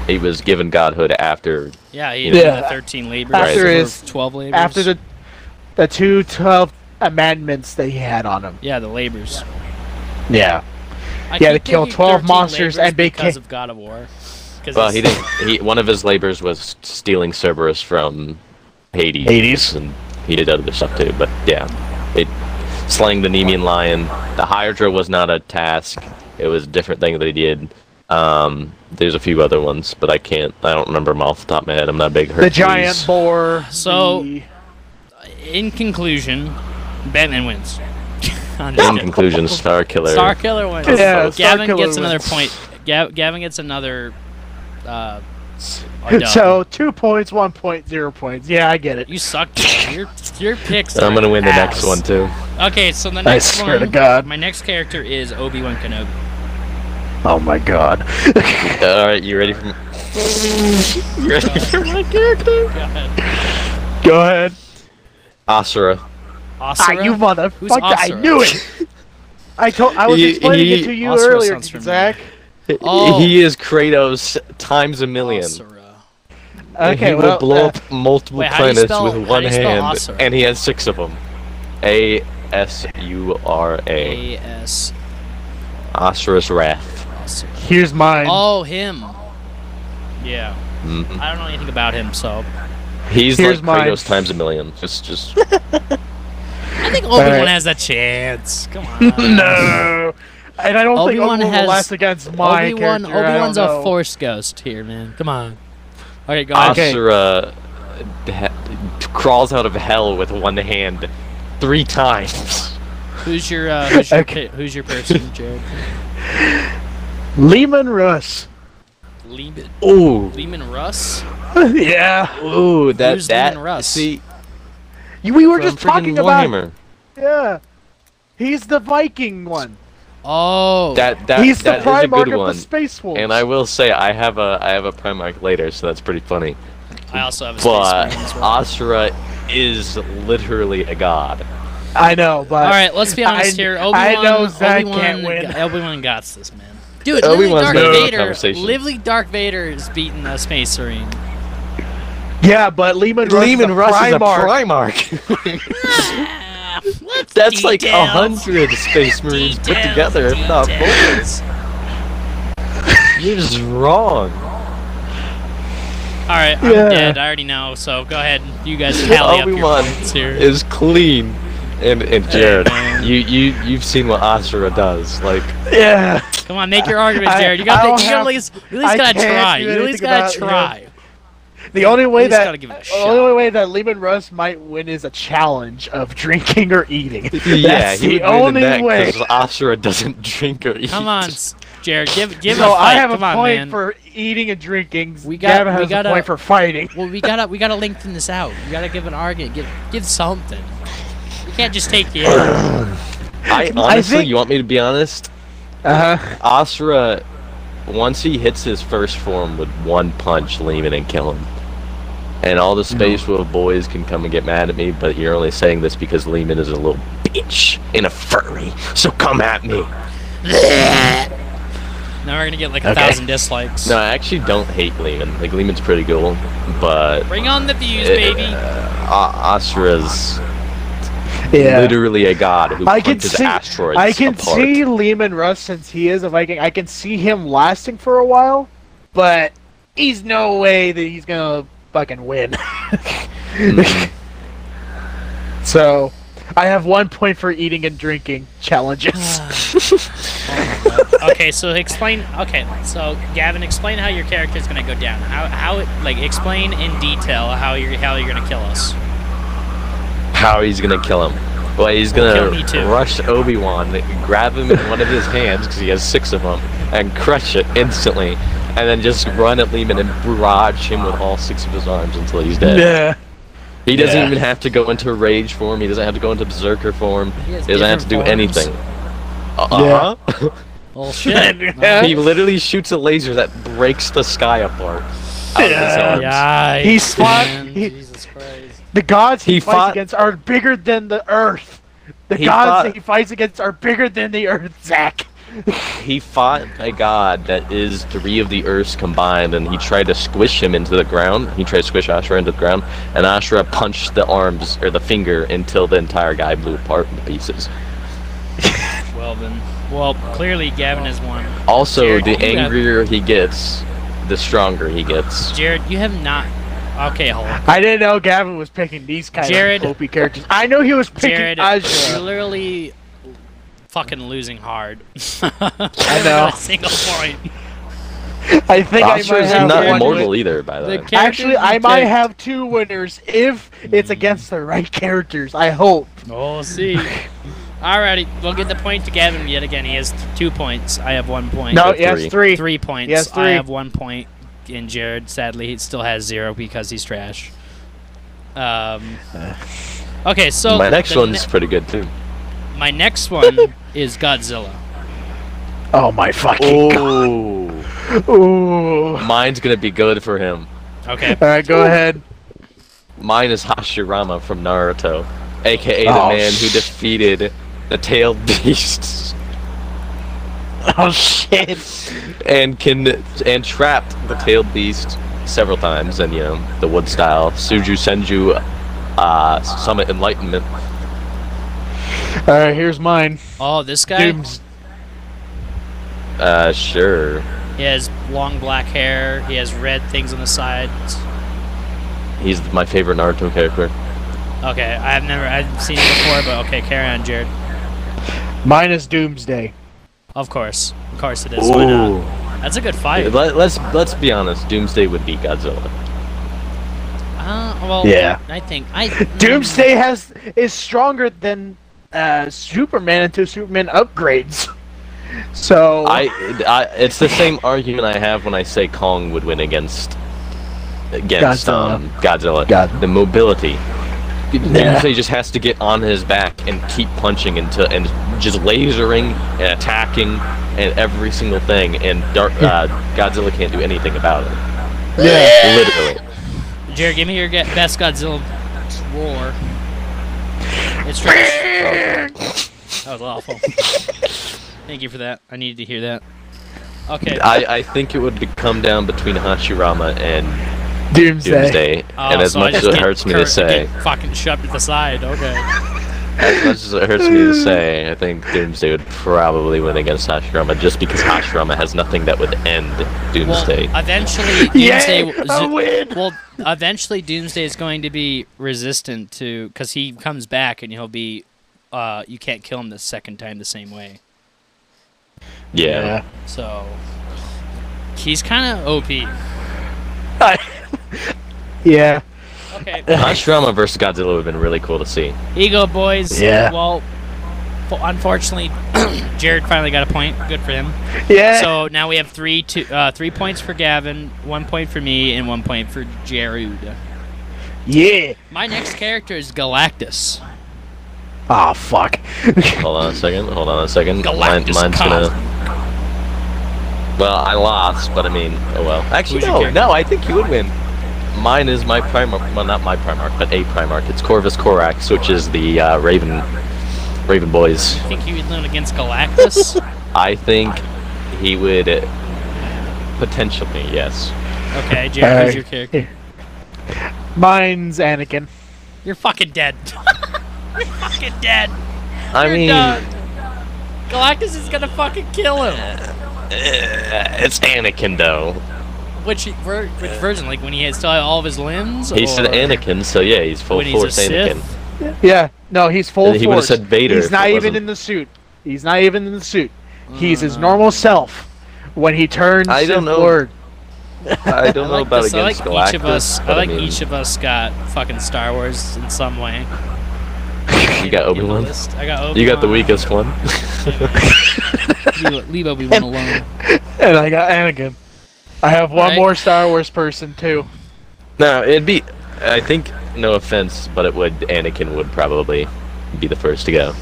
Speaker 3: He was given godhood after.
Speaker 2: yeah, he
Speaker 3: Yeah.
Speaker 2: did the thirteen labors.
Speaker 1: After
Speaker 2: or
Speaker 1: his-
Speaker 2: twelve labors.
Speaker 1: After the the two twelve amendments that he had on him.
Speaker 2: yeah, the labors.
Speaker 1: Yeah.
Speaker 2: I
Speaker 1: Yeah,
Speaker 2: keep
Speaker 1: to kill
Speaker 2: thinking
Speaker 1: 12
Speaker 2: 13
Speaker 1: monsters
Speaker 2: labors
Speaker 1: and be
Speaker 2: because
Speaker 1: ki-
Speaker 2: of God of War. 'Cause
Speaker 3: Well,
Speaker 2: it's-
Speaker 3: he didn't. He one of his labors was stealing Cerberus from Hades.
Speaker 1: Hades.
Speaker 3: and he did other stuff too. But yeah, it slaying the Nemean lion. The Hydra was not a task. It was a different thing that he did. Um, there's a few other ones, but I can't. I don't remember them off the top of my head. I'm not a big.
Speaker 1: The
Speaker 3: Hercules.
Speaker 1: giant boar.
Speaker 2: So-
Speaker 1: the-
Speaker 2: In conclusion, Batman wins. I'm just
Speaker 3: In
Speaker 2: kidding.
Speaker 3: conclusion, Star Killer.
Speaker 2: Star Killer wins.
Speaker 1: Yeah, Star
Speaker 2: Gavin
Speaker 1: Killer
Speaker 2: gets another
Speaker 1: wins.
Speaker 2: point. Gav- Gavin gets another. Uh, a dub.
Speaker 1: so two points, one point, zero points. Yeah, I get it.
Speaker 2: you suck. Gavin. Your your picks.
Speaker 3: I'm gonna win the next
Speaker 2: ass.
Speaker 3: one too.
Speaker 2: Okay, so the next
Speaker 1: swear to
Speaker 2: one-
Speaker 1: God.
Speaker 2: my next character is Obi Wan Kenobi.
Speaker 1: Oh my god.
Speaker 3: All right, you ready for? m- You ready for my character?
Speaker 1: Go ahead.
Speaker 3: Asura.
Speaker 1: Ah,
Speaker 2: Asura.
Speaker 1: you motherfucker! I
Speaker 2: Asura?
Speaker 1: knew it. I told. I was
Speaker 3: He-
Speaker 1: explaining
Speaker 3: he-
Speaker 1: it to you
Speaker 2: Asura
Speaker 1: earlier,
Speaker 2: sounds familiar.
Speaker 1: Zach.
Speaker 2: Oh.
Speaker 3: He is Kratos times a million.
Speaker 2: Asura.
Speaker 1: Okay,
Speaker 3: he
Speaker 1: well,
Speaker 3: will blow
Speaker 1: uh,
Speaker 3: up multiple
Speaker 2: Wait, how do you
Speaker 3: planets
Speaker 2: spell- how do
Speaker 3: with
Speaker 2: you
Speaker 3: one
Speaker 2: spell
Speaker 3: hand,
Speaker 2: Asura?
Speaker 3: and he has six of them. A S U R A.
Speaker 2: A S
Speaker 3: Osiris Wrath.
Speaker 2: Asura.
Speaker 1: here's mine.
Speaker 2: Oh, him. Yeah.
Speaker 3: Mhm.
Speaker 2: I don't know anything about him, so
Speaker 3: He's
Speaker 1: Here's
Speaker 3: like
Speaker 1: mine.
Speaker 3: Kratos times a million. Just, just.
Speaker 2: I think Obi Wan
Speaker 1: right.
Speaker 2: has a chance. Come on.
Speaker 1: no, and I don't
Speaker 2: Obi-Wan
Speaker 1: think Obi-Wan
Speaker 2: has-
Speaker 1: will last against my
Speaker 2: Obi Wan.
Speaker 1: character. I
Speaker 2: Obi Wan's
Speaker 1: don't
Speaker 2: a
Speaker 1: know.
Speaker 2: force ghost here, man. Come on. Okay, go.
Speaker 1: Okay.
Speaker 3: Asura ha- uh, crawls out of hell with one hand, three times.
Speaker 2: Who's your uh, who's your,
Speaker 1: Okay.
Speaker 2: pa- who's your person, Jared?
Speaker 1: Lehman Russ.
Speaker 2: Lehman,
Speaker 3: Ooh,
Speaker 2: Lehman Russ?
Speaker 1: yeah.
Speaker 3: ooh, that
Speaker 2: Who's
Speaker 3: that
Speaker 2: Lehman Russ?
Speaker 3: see,
Speaker 1: You- We were
Speaker 3: from
Speaker 1: just talking
Speaker 3: freaking
Speaker 1: about.
Speaker 3: Warhammer.
Speaker 1: Yeah. He's the Viking one.
Speaker 2: Oh.
Speaker 3: That that
Speaker 1: He's the
Speaker 3: that is a
Speaker 1: Primarch
Speaker 3: good
Speaker 1: of the
Speaker 3: one.
Speaker 1: Space Wolves.
Speaker 3: And I will say I have a I have a Primarch later, so that's pretty funny.
Speaker 2: I also have a space
Speaker 3: But
Speaker 2: marine as well.
Speaker 3: Asura is literally a god.
Speaker 1: I know, but
Speaker 2: All right, let's be honest
Speaker 1: I-
Speaker 2: here.
Speaker 1: I
Speaker 2: Obi Wan,
Speaker 1: know Zach
Speaker 2: Obi
Speaker 1: can't win.
Speaker 2: Wan, Obi Wan got this man. Dude, literally
Speaker 3: Obi-Wan's
Speaker 2: Dark
Speaker 3: better than the
Speaker 2: Vader.
Speaker 3: conversation.
Speaker 2: Literally Dark Vader is beating the Space Marine.
Speaker 1: Yeah, but Lehman Russ, is, a Primarch.
Speaker 3: Primarch.
Speaker 2: Ah, what's
Speaker 3: that's like a
Speaker 2: details?
Speaker 3: hundred Space Marines put
Speaker 2: Details,
Speaker 3: together, if not more.
Speaker 2: details.
Speaker 3: You're just wrong.
Speaker 2: All right, I'm
Speaker 1: Yeah.
Speaker 2: dead. I already know. So go ahead, you guys tally
Speaker 3: Obi-Wan
Speaker 2: up your points here.
Speaker 3: is clean. And and Jared,
Speaker 2: man.
Speaker 3: you you you've seen what Asura does. Like
Speaker 1: Yeah.
Speaker 2: Come on, make your argument,
Speaker 1: I-
Speaker 2: Jared. You
Speaker 1: I
Speaker 2: got
Speaker 1: don't
Speaker 2: to. You gotta
Speaker 1: have-
Speaker 2: at least, you at
Speaker 1: I
Speaker 2: least gotta
Speaker 1: can't
Speaker 2: try.
Speaker 1: do
Speaker 2: You at
Speaker 1: anything
Speaker 2: least gotta
Speaker 1: about-
Speaker 2: try.
Speaker 1: The only way
Speaker 2: least
Speaker 1: that
Speaker 2: gotta give it a
Speaker 1: the only way that Lehman Russ might win is a challenge of drinking or eating.
Speaker 3: yeah,
Speaker 1: That's
Speaker 3: he
Speaker 1: the
Speaker 3: would win
Speaker 1: only
Speaker 3: in that
Speaker 1: way.
Speaker 3: because Asura doesn't drink or eat.
Speaker 2: Come on, s- Jared. Give give
Speaker 1: so
Speaker 2: a fight.
Speaker 1: I have
Speaker 2: Come
Speaker 1: a
Speaker 2: on,
Speaker 1: point
Speaker 2: man.
Speaker 1: for eating and drinking.
Speaker 2: We got-
Speaker 1: Gavin
Speaker 2: we
Speaker 1: has
Speaker 2: gotta-
Speaker 1: a point for fighting.
Speaker 2: Well, we gotta we gotta lengthen this out. We gotta give an argument. Give give something. We can't just take it.
Speaker 3: I honestly,
Speaker 1: think-
Speaker 3: you want me to be honest?
Speaker 1: Uh huh.
Speaker 3: Asura, once he hits his first form with one punch, Lehman and kill him. And all the Space Wolf boys can come and get mad at me, but you're only saying this because Lehman is a little bitch and a furry. So come at me.
Speaker 2: Now we're gonna get like a
Speaker 3: Okay.
Speaker 2: thousand dislikes.
Speaker 3: No, I actually don't hate Lehman. Like Lehman's pretty cool, but
Speaker 2: Bring on the views,
Speaker 3: uh,
Speaker 2: baby.
Speaker 3: uh, Asura's
Speaker 1: Yeah.
Speaker 3: literally a god who
Speaker 1: I can
Speaker 3: punches
Speaker 1: see.
Speaker 3: asteroids
Speaker 1: I can
Speaker 3: apart.
Speaker 1: see Lehman Russ since he is a Viking. I can see him lasting for a while, but he's no way that he's gonna fucking win.
Speaker 3: Mm-hmm.
Speaker 1: so, I have one point for eating and drinking challenges.
Speaker 2: Ah. okay, so explain. Okay, so Gavin, explain how your character's gonna go down. How how it like explain in detail how you're how you're gonna kill us.
Speaker 3: how he's gonna kill him. Well, he's gonna
Speaker 2: Kill me too.
Speaker 3: rush Obi Wan, grab him in one of his hands because he has six of them, and crush it instantly, and then just run at Lehman and barrage him with all six of his arms until he's dead.
Speaker 1: yeah.
Speaker 3: He doesn't
Speaker 1: Yeah.
Speaker 3: even have to go into rage form. He doesn't have to go into berserker form.
Speaker 2: He
Speaker 3: He,
Speaker 2: has
Speaker 3: doesn't have to do
Speaker 2: different forms.
Speaker 3: anything. Uh huh.
Speaker 2: Well, shit.
Speaker 3: he literally shoots a laser that breaks the sky apart. Out of his
Speaker 1: Yeah.
Speaker 3: arms.
Speaker 2: Yikes,
Speaker 1: He fought-
Speaker 2: man.
Speaker 1: he-
Speaker 2: Jesus Christ.
Speaker 1: The gods he,
Speaker 3: He
Speaker 1: fights
Speaker 3: fought-
Speaker 1: against are bigger than the earth. The
Speaker 3: He
Speaker 1: gods
Speaker 3: fought-
Speaker 1: that he fights against are bigger than the earth, Zach.
Speaker 3: He fought a god that is three of the Earths combined, and he tried to squish him into the ground. He tried to squish Ashra into the ground, and Ashra punched the arms or the finger until the entire guy blew apart into pieces.
Speaker 2: Well then. Well, clearly Gavin has won.
Speaker 3: Also,
Speaker 2: Jared,
Speaker 3: the
Speaker 2: you got-
Speaker 3: angrier he gets, the stronger he gets.
Speaker 2: Jared, you have not. Okay, hold on.
Speaker 1: I didn't know Gavin was picking these kind
Speaker 2: Jared-
Speaker 1: of dopey characters. I know he was picking
Speaker 2: Jared, you're
Speaker 1: Azura.
Speaker 2: literally fucking losing hard.
Speaker 1: I
Speaker 2: I
Speaker 1: know.
Speaker 2: A single point.
Speaker 1: I think I might
Speaker 3: Ashra's
Speaker 1: have
Speaker 3: not
Speaker 1: one
Speaker 3: immortal either, by the
Speaker 2: The
Speaker 3: way.
Speaker 2: characters
Speaker 1: Actually,
Speaker 2: you
Speaker 1: I might
Speaker 2: picked-
Speaker 1: have two winners if it's against the right characters. I hope.
Speaker 2: Oh, We'll see. Alrighty, we'll get the point to Gavin yet again. He has two points. I have one point.
Speaker 1: No,
Speaker 3: have
Speaker 1: yes,
Speaker 3: three.
Speaker 1: three.
Speaker 2: Three points.
Speaker 1: Yes,
Speaker 2: I
Speaker 1: three.
Speaker 2: have one point, and Jared sadly he still has zero because he's trash. Um. Okay, so
Speaker 3: My next
Speaker 2: the
Speaker 3: one's pretty good too.
Speaker 2: ne- my next one is Godzilla.
Speaker 1: Oh my fucking
Speaker 3: Oh,
Speaker 1: god. Ooh. All
Speaker 3: mine's gonna be good for him.
Speaker 2: Okay.
Speaker 1: right, go ahead.
Speaker 3: Mine is Hashirama from Naruto, aka the
Speaker 1: Oh,
Speaker 3: man who
Speaker 1: sh-
Speaker 3: defeated the tailed beasts.
Speaker 1: Oh shit.
Speaker 3: and can and trapped the tailed beast several times and you know the wood style suju senju uh summit enlightenment
Speaker 1: All right, here's mine.
Speaker 2: Oh, this guy
Speaker 1: Dooms.
Speaker 3: uh sure
Speaker 2: he has long black hair. He has red things on the sides.
Speaker 3: he's my favorite naruto character
Speaker 2: Okay, I've never I've seen it before, but okay, carry on, Jared.
Speaker 1: Mine is Doomsday.
Speaker 2: Of course, of course it is. Why not? That's a good fight. Uh,
Speaker 3: Let, let's let's be honest doomsday would beat godzilla
Speaker 2: Uh, well,
Speaker 1: Yeah.
Speaker 2: I think I mm,
Speaker 1: Doomsday has is stronger than uh, Superman until Superman upgrades. So
Speaker 3: I, I it's the same argument I have when I say Kong would win against against
Speaker 1: Godzilla.
Speaker 3: Um, Godzilla.
Speaker 1: God.
Speaker 3: The mobility.
Speaker 1: Yeah.
Speaker 3: Usually just has to get on his back and keep punching until and just lasering and attacking and every single thing and dark uh, Godzilla can't do anything about it.
Speaker 1: yeah.
Speaker 3: Literally.
Speaker 2: Jared, give me your get best Godzilla roar. It's trash. That was awful. Thank you for that. I needed to hear that. Okay.
Speaker 3: I, I think it would be- come down between Hashirama and
Speaker 1: Doomsday.
Speaker 3: Doomsday.
Speaker 2: Oh,
Speaker 3: and as
Speaker 2: so I
Speaker 3: much as
Speaker 2: just
Speaker 3: it
Speaker 2: get
Speaker 3: hurts me
Speaker 2: cur-
Speaker 3: to say,
Speaker 2: get fucking shoved to the side. Okay.
Speaker 3: as much as it hurts me to say, I think Doomsday would probably win against Hashirama just because Hashirama has nothing that would end
Speaker 2: Well,
Speaker 3: Doomsday.
Speaker 2: eventually,
Speaker 1: Yay,
Speaker 2: Doomsday.
Speaker 1: a
Speaker 2: Zo-
Speaker 1: win!
Speaker 2: Well, eventually, Doomsday is going to be resistant to because he comes back and he'll be. Uh, you can't kill him the second time the same way.
Speaker 3: yeah.
Speaker 2: So he's kind of OP.
Speaker 1: Yeah.
Speaker 2: Okay.
Speaker 3: Hashirama versus Godzilla would have been really cool to see.
Speaker 2: Ego boys.
Speaker 1: Yeah.
Speaker 2: Well, f- unfortunately, Jared finally got a point. Good for him.
Speaker 1: Yeah.
Speaker 2: So now we have three two, uh, three points for Gavin, one point for me, and one point for Jared.
Speaker 1: yeah.
Speaker 2: My next character is Galactus.
Speaker 1: Oh fuck.
Speaker 3: Hold on a second. Hold on a second. Mine,
Speaker 2: Galactus
Speaker 3: mine's
Speaker 2: cough.
Speaker 3: gonna. Well, I lost, but I mean, oh well. Actually,
Speaker 2: Who's your
Speaker 3: no,
Speaker 2: character?
Speaker 3: no. I think you would win. Mine is my Primarch. Well, not my Primarch, but a Primarch. It's Corvus Corax, which is the uh, Raven, Raven boys.
Speaker 2: I think you would lean against Galactus.
Speaker 3: I think he would uh, potentially, yes.
Speaker 2: okay, Jared, who's your character?
Speaker 1: Uh, Mine's Anakin.
Speaker 2: You're fucking dead. You're fucking dead.
Speaker 3: I
Speaker 2: You're
Speaker 3: mean,
Speaker 2: done. Galactus is gonna fucking kill him.
Speaker 3: Uh, it's Anakin though.
Speaker 2: Which ver- which version? Like when he has still had all of his limbs?
Speaker 3: He said
Speaker 2: or
Speaker 3: Anakin, so yeah, he's full
Speaker 2: When he's a
Speaker 3: force Anakin.
Speaker 2: Sith?
Speaker 1: Yeah. No, he's full
Speaker 3: He would've
Speaker 1: force.
Speaker 3: said Vader
Speaker 1: He's
Speaker 3: if
Speaker 1: not
Speaker 3: it
Speaker 1: even
Speaker 3: wasn't-
Speaker 1: in the suit. He's not even in the suit. He's
Speaker 2: Mm.
Speaker 1: his normal self when he turns
Speaker 3: I don't
Speaker 1: Sith
Speaker 3: know.
Speaker 1: Lord.
Speaker 3: I don't
Speaker 2: I
Speaker 3: know
Speaker 2: like,
Speaker 3: about
Speaker 2: this. I like
Speaker 3: against
Speaker 2: each of
Speaker 3: Galactus,
Speaker 2: us. I
Speaker 3: but
Speaker 2: like
Speaker 3: mean,
Speaker 2: each of us got fucking Star Wars in some way.
Speaker 3: You got
Speaker 2: In the
Speaker 3: Obi-Wan.
Speaker 2: list. I got Obi-Wan.
Speaker 3: You got the weakest one.
Speaker 2: Leave, leave Obi-Wan alone.
Speaker 1: And I got Anakin. I have one
Speaker 2: Right.
Speaker 1: more Star Wars person too.
Speaker 3: no, it'd be. I think no offense, but it would. Anakin would probably be the first to go.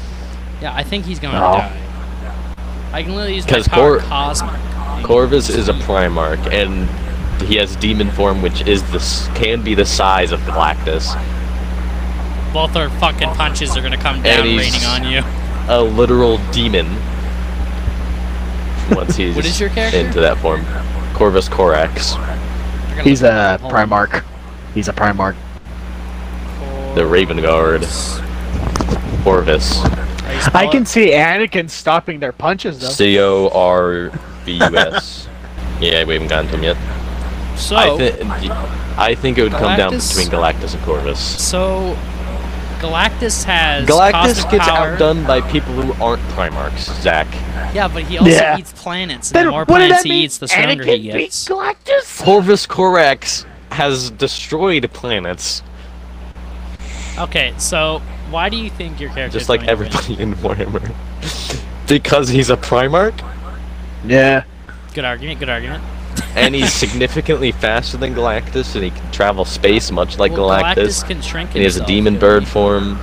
Speaker 2: Yeah, I think he's gonna
Speaker 1: No.
Speaker 2: die. I can literally use my
Speaker 3: 'Cause
Speaker 2: power
Speaker 3: Cor-
Speaker 2: Cosmic. and
Speaker 3: Corvus is a
Speaker 2: sweep.
Speaker 3: Primarch, and he has demon form, which is this can be the size of Galactus.
Speaker 2: Both our fucking punches are gonna come down
Speaker 3: he's-
Speaker 2: raining on you.
Speaker 3: a literal demon. Once he's
Speaker 2: What is your character?
Speaker 3: into that form, Corvus Corax,
Speaker 2: They're gonna
Speaker 1: He's
Speaker 2: look
Speaker 1: a
Speaker 2: at the
Speaker 1: Primarch. He's a Primarch.
Speaker 2: whole-
Speaker 3: the Raven Guard, Corvus,
Speaker 2: I, used to
Speaker 1: I
Speaker 2: call
Speaker 1: can
Speaker 2: it-
Speaker 1: see Anakin stopping their punches though.
Speaker 3: C O R V U S. Yeah, we haven't gotten to him yet.
Speaker 2: So,
Speaker 3: I, thi- I think it would come down
Speaker 2: Oh. Galactus-
Speaker 3: between Galactus and Corvus.
Speaker 2: so Galactus has
Speaker 3: Galactus
Speaker 2: cosmic
Speaker 3: gets
Speaker 2: power.
Speaker 3: outdone by people who aren't Primarchs, Zach.
Speaker 2: Yeah, but he also
Speaker 1: Yeah.
Speaker 2: eats planets. and
Speaker 1: Then
Speaker 2: the more
Speaker 1: what did
Speaker 2: planets
Speaker 1: that
Speaker 2: he
Speaker 1: mean?
Speaker 2: eats, the stronger
Speaker 1: Anakin
Speaker 2: he
Speaker 1: beat
Speaker 2: gets.
Speaker 1: Galactus.
Speaker 3: Corvus Corax has destroyed planets,
Speaker 2: Okay, so why do you think your character?
Speaker 3: just like everybody in Warhammer. because he's a Primarch?
Speaker 1: Yeah.
Speaker 2: Good argument. Good argument.
Speaker 3: and he's significantly faster than Galactus, and he can travel space much like
Speaker 2: Well,
Speaker 3: Galactus.
Speaker 2: can shrink.
Speaker 3: and he has a
Speaker 2: himself,
Speaker 3: demon
Speaker 2: yeah.
Speaker 3: bird form,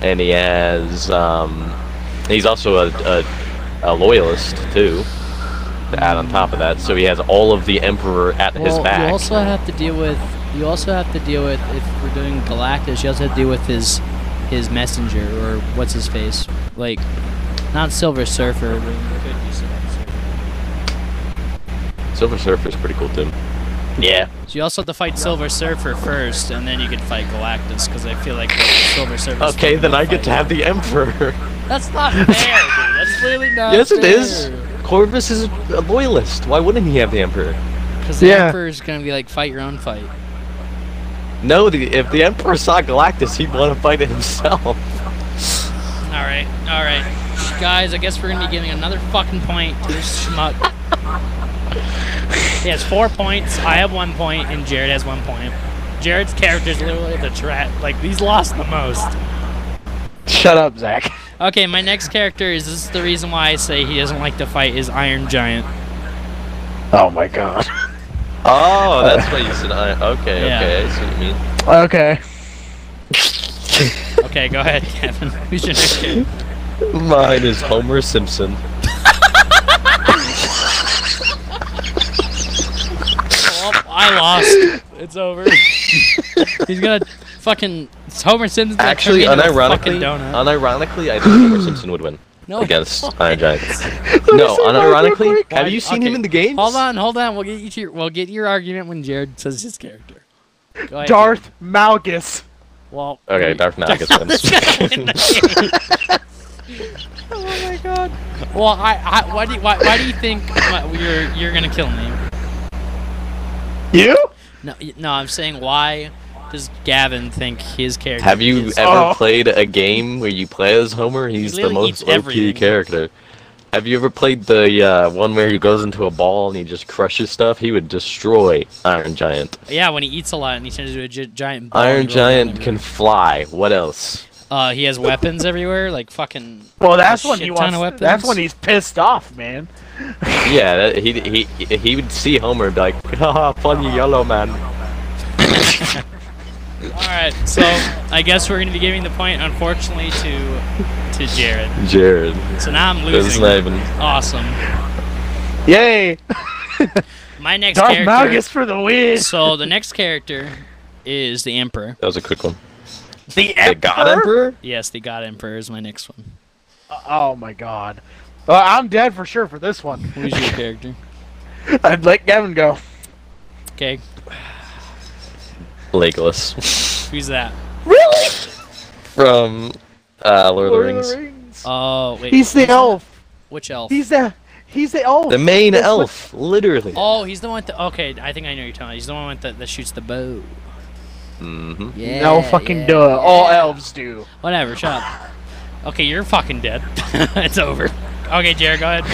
Speaker 3: and he has um, he's also a, a, a loyalist too. To add on top of that, so he has all of the Emperor at his
Speaker 2: Well,
Speaker 3: back.
Speaker 2: you also have to deal with. You also have to deal with if we're doing Galactus. You also have to deal with his his messenger or what's his face, like not Silver Surfer. but you could do Silver Surfer.
Speaker 3: Silver Surfer's pretty cool too.
Speaker 1: Yeah.
Speaker 2: So you also have to fight Silver Surfer first, and then you could fight Galactus because I feel like Silver Surfer.
Speaker 3: Okay, then I get to have the Emperor.
Speaker 2: That's not fair, dude. That's really not.
Speaker 3: yes, it is. Corvus is a loyalist. Why wouldn't he have the Emperor?
Speaker 2: Because the
Speaker 1: Yeah.
Speaker 2: Emperor's gonna be like, fight your own fight.
Speaker 3: No, the, if the Emperor saw Galactus, he'd want to fight it himself.
Speaker 2: All right, all right, guys. I guess we're gonna be giving another fucking point to this schmuck. he has four points. I have one point, and Jared has one point. Jared's character's literally the trap. Like he's lost the most.
Speaker 1: Shut up, Zach.
Speaker 2: Okay, my next character is this is the reason why I say he doesn't like to fight is Iron Giant.
Speaker 1: Oh my god.
Speaker 3: Oh, that's why you said iron. Okay,
Speaker 2: Uh, Yeah.
Speaker 3: okay, I see what you mean.
Speaker 1: Okay.
Speaker 2: Okay, go ahead, Kevin. Who's your next character?
Speaker 3: Mine is Homer Simpson.
Speaker 2: Oh, I lost. It's over. He's gonna fucking it's Homer Simpson's gonna
Speaker 3: Actually,
Speaker 2: turn me into a fucking
Speaker 3: unironically,
Speaker 2: donut. Oh.
Speaker 3: unironically, I think Homer Simpson would win
Speaker 2: no,
Speaker 3: against
Speaker 2: hold
Speaker 3: Iron Giant. no, unironically, have you seen
Speaker 2: Okay.
Speaker 3: him in the games?
Speaker 2: on, hold on. We'll get you to your, we'll get your argument when Jared says his character. Go ahead,
Speaker 1: Darth Malgus.
Speaker 2: Kevin. Well,
Speaker 3: Okay,
Speaker 2: we-
Speaker 3: Darth Malgus wins.
Speaker 2: Darth Malgus wins.
Speaker 1: Oh my god.
Speaker 2: well, I, I why do you, why, why do you think my, you're you're gonna kill me?
Speaker 1: You?
Speaker 2: No, y- no, I'm saying why does Gavin think his character?
Speaker 3: Have you
Speaker 2: is-
Speaker 3: ever
Speaker 1: Oh.
Speaker 3: played a game where you play as Homer? He's the
Speaker 2: literally eats
Speaker 3: most OP
Speaker 2: everything.
Speaker 3: character. Have you ever played the uh, one where he goes into a ball and he just crushes stuff? He would destroy Iron Giant.
Speaker 2: Yeah, when he eats a lot and he turns into a gi- giant. ball
Speaker 3: Iron
Speaker 2: and rolls around
Speaker 3: Giant can fly. What else?
Speaker 2: everywhere. Uh, he has weapons everywhere, like fucking.
Speaker 1: Well, that's
Speaker 2: A
Speaker 1: when he
Speaker 2: shit ton of
Speaker 1: wants. That's
Speaker 2: weapons.
Speaker 1: when he's pissed off, man.
Speaker 3: Yeah, that, he he he would see Homer and be like, haha, funny yellow man.
Speaker 2: All right, so I guess we're gonna be giving the point, unfortunately, to to Jared.
Speaker 3: Jared.
Speaker 2: So now I'm
Speaker 3: This is
Speaker 2: losing.
Speaker 3: not even-
Speaker 2: Awesome.
Speaker 1: Yay!
Speaker 2: My next
Speaker 1: Darth
Speaker 2: character.
Speaker 1: Malgus for the win.
Speaker 2: So the next character is the Emperor.
Speaker 3: That was a quick one.
Speaker 1: The
Speaker 3: The God Emperor?
Speaker 2: Yes, the God Emperor is my next one.
Speaker 1: Oh my god. Well, I'm dead for sure for this one.
Speaker 2: Who's your character?
Speaker 1: I'd let Gavin go.
Speaker 2: Okay,
Speaker 3: Legolas.
Speaker 2: who's that?
Speaker 1: Really?
Speaker 3: From uh, Lord,
Speaker 1: Lord
Speaker 3: of the Rings.
Speaker 1: Rings.
Speaker 2: Oh wait,
Speaker 1: He's the
Speaker 2: who's
Speaker 1: elf.
Speaker 2: that? Which elf?
Speaker 1: He's the he's the elf.
Speaker 3: The main
Speaker 1: That's what-
Speaker 3: elf, literally.
Speaker 2: Oh, he's the one. With the, okay, I think I know who you're talking. About. He's the one with the, that shoots the bow.
Speaker 3: hmm
Speaker 2: Yeah.
Speaker 1: no fucking duh. All elves do.
Speaker 2: Whatever. Shut up. Okay, you're fucking dead. it's over. Okay, Jared, go ahead.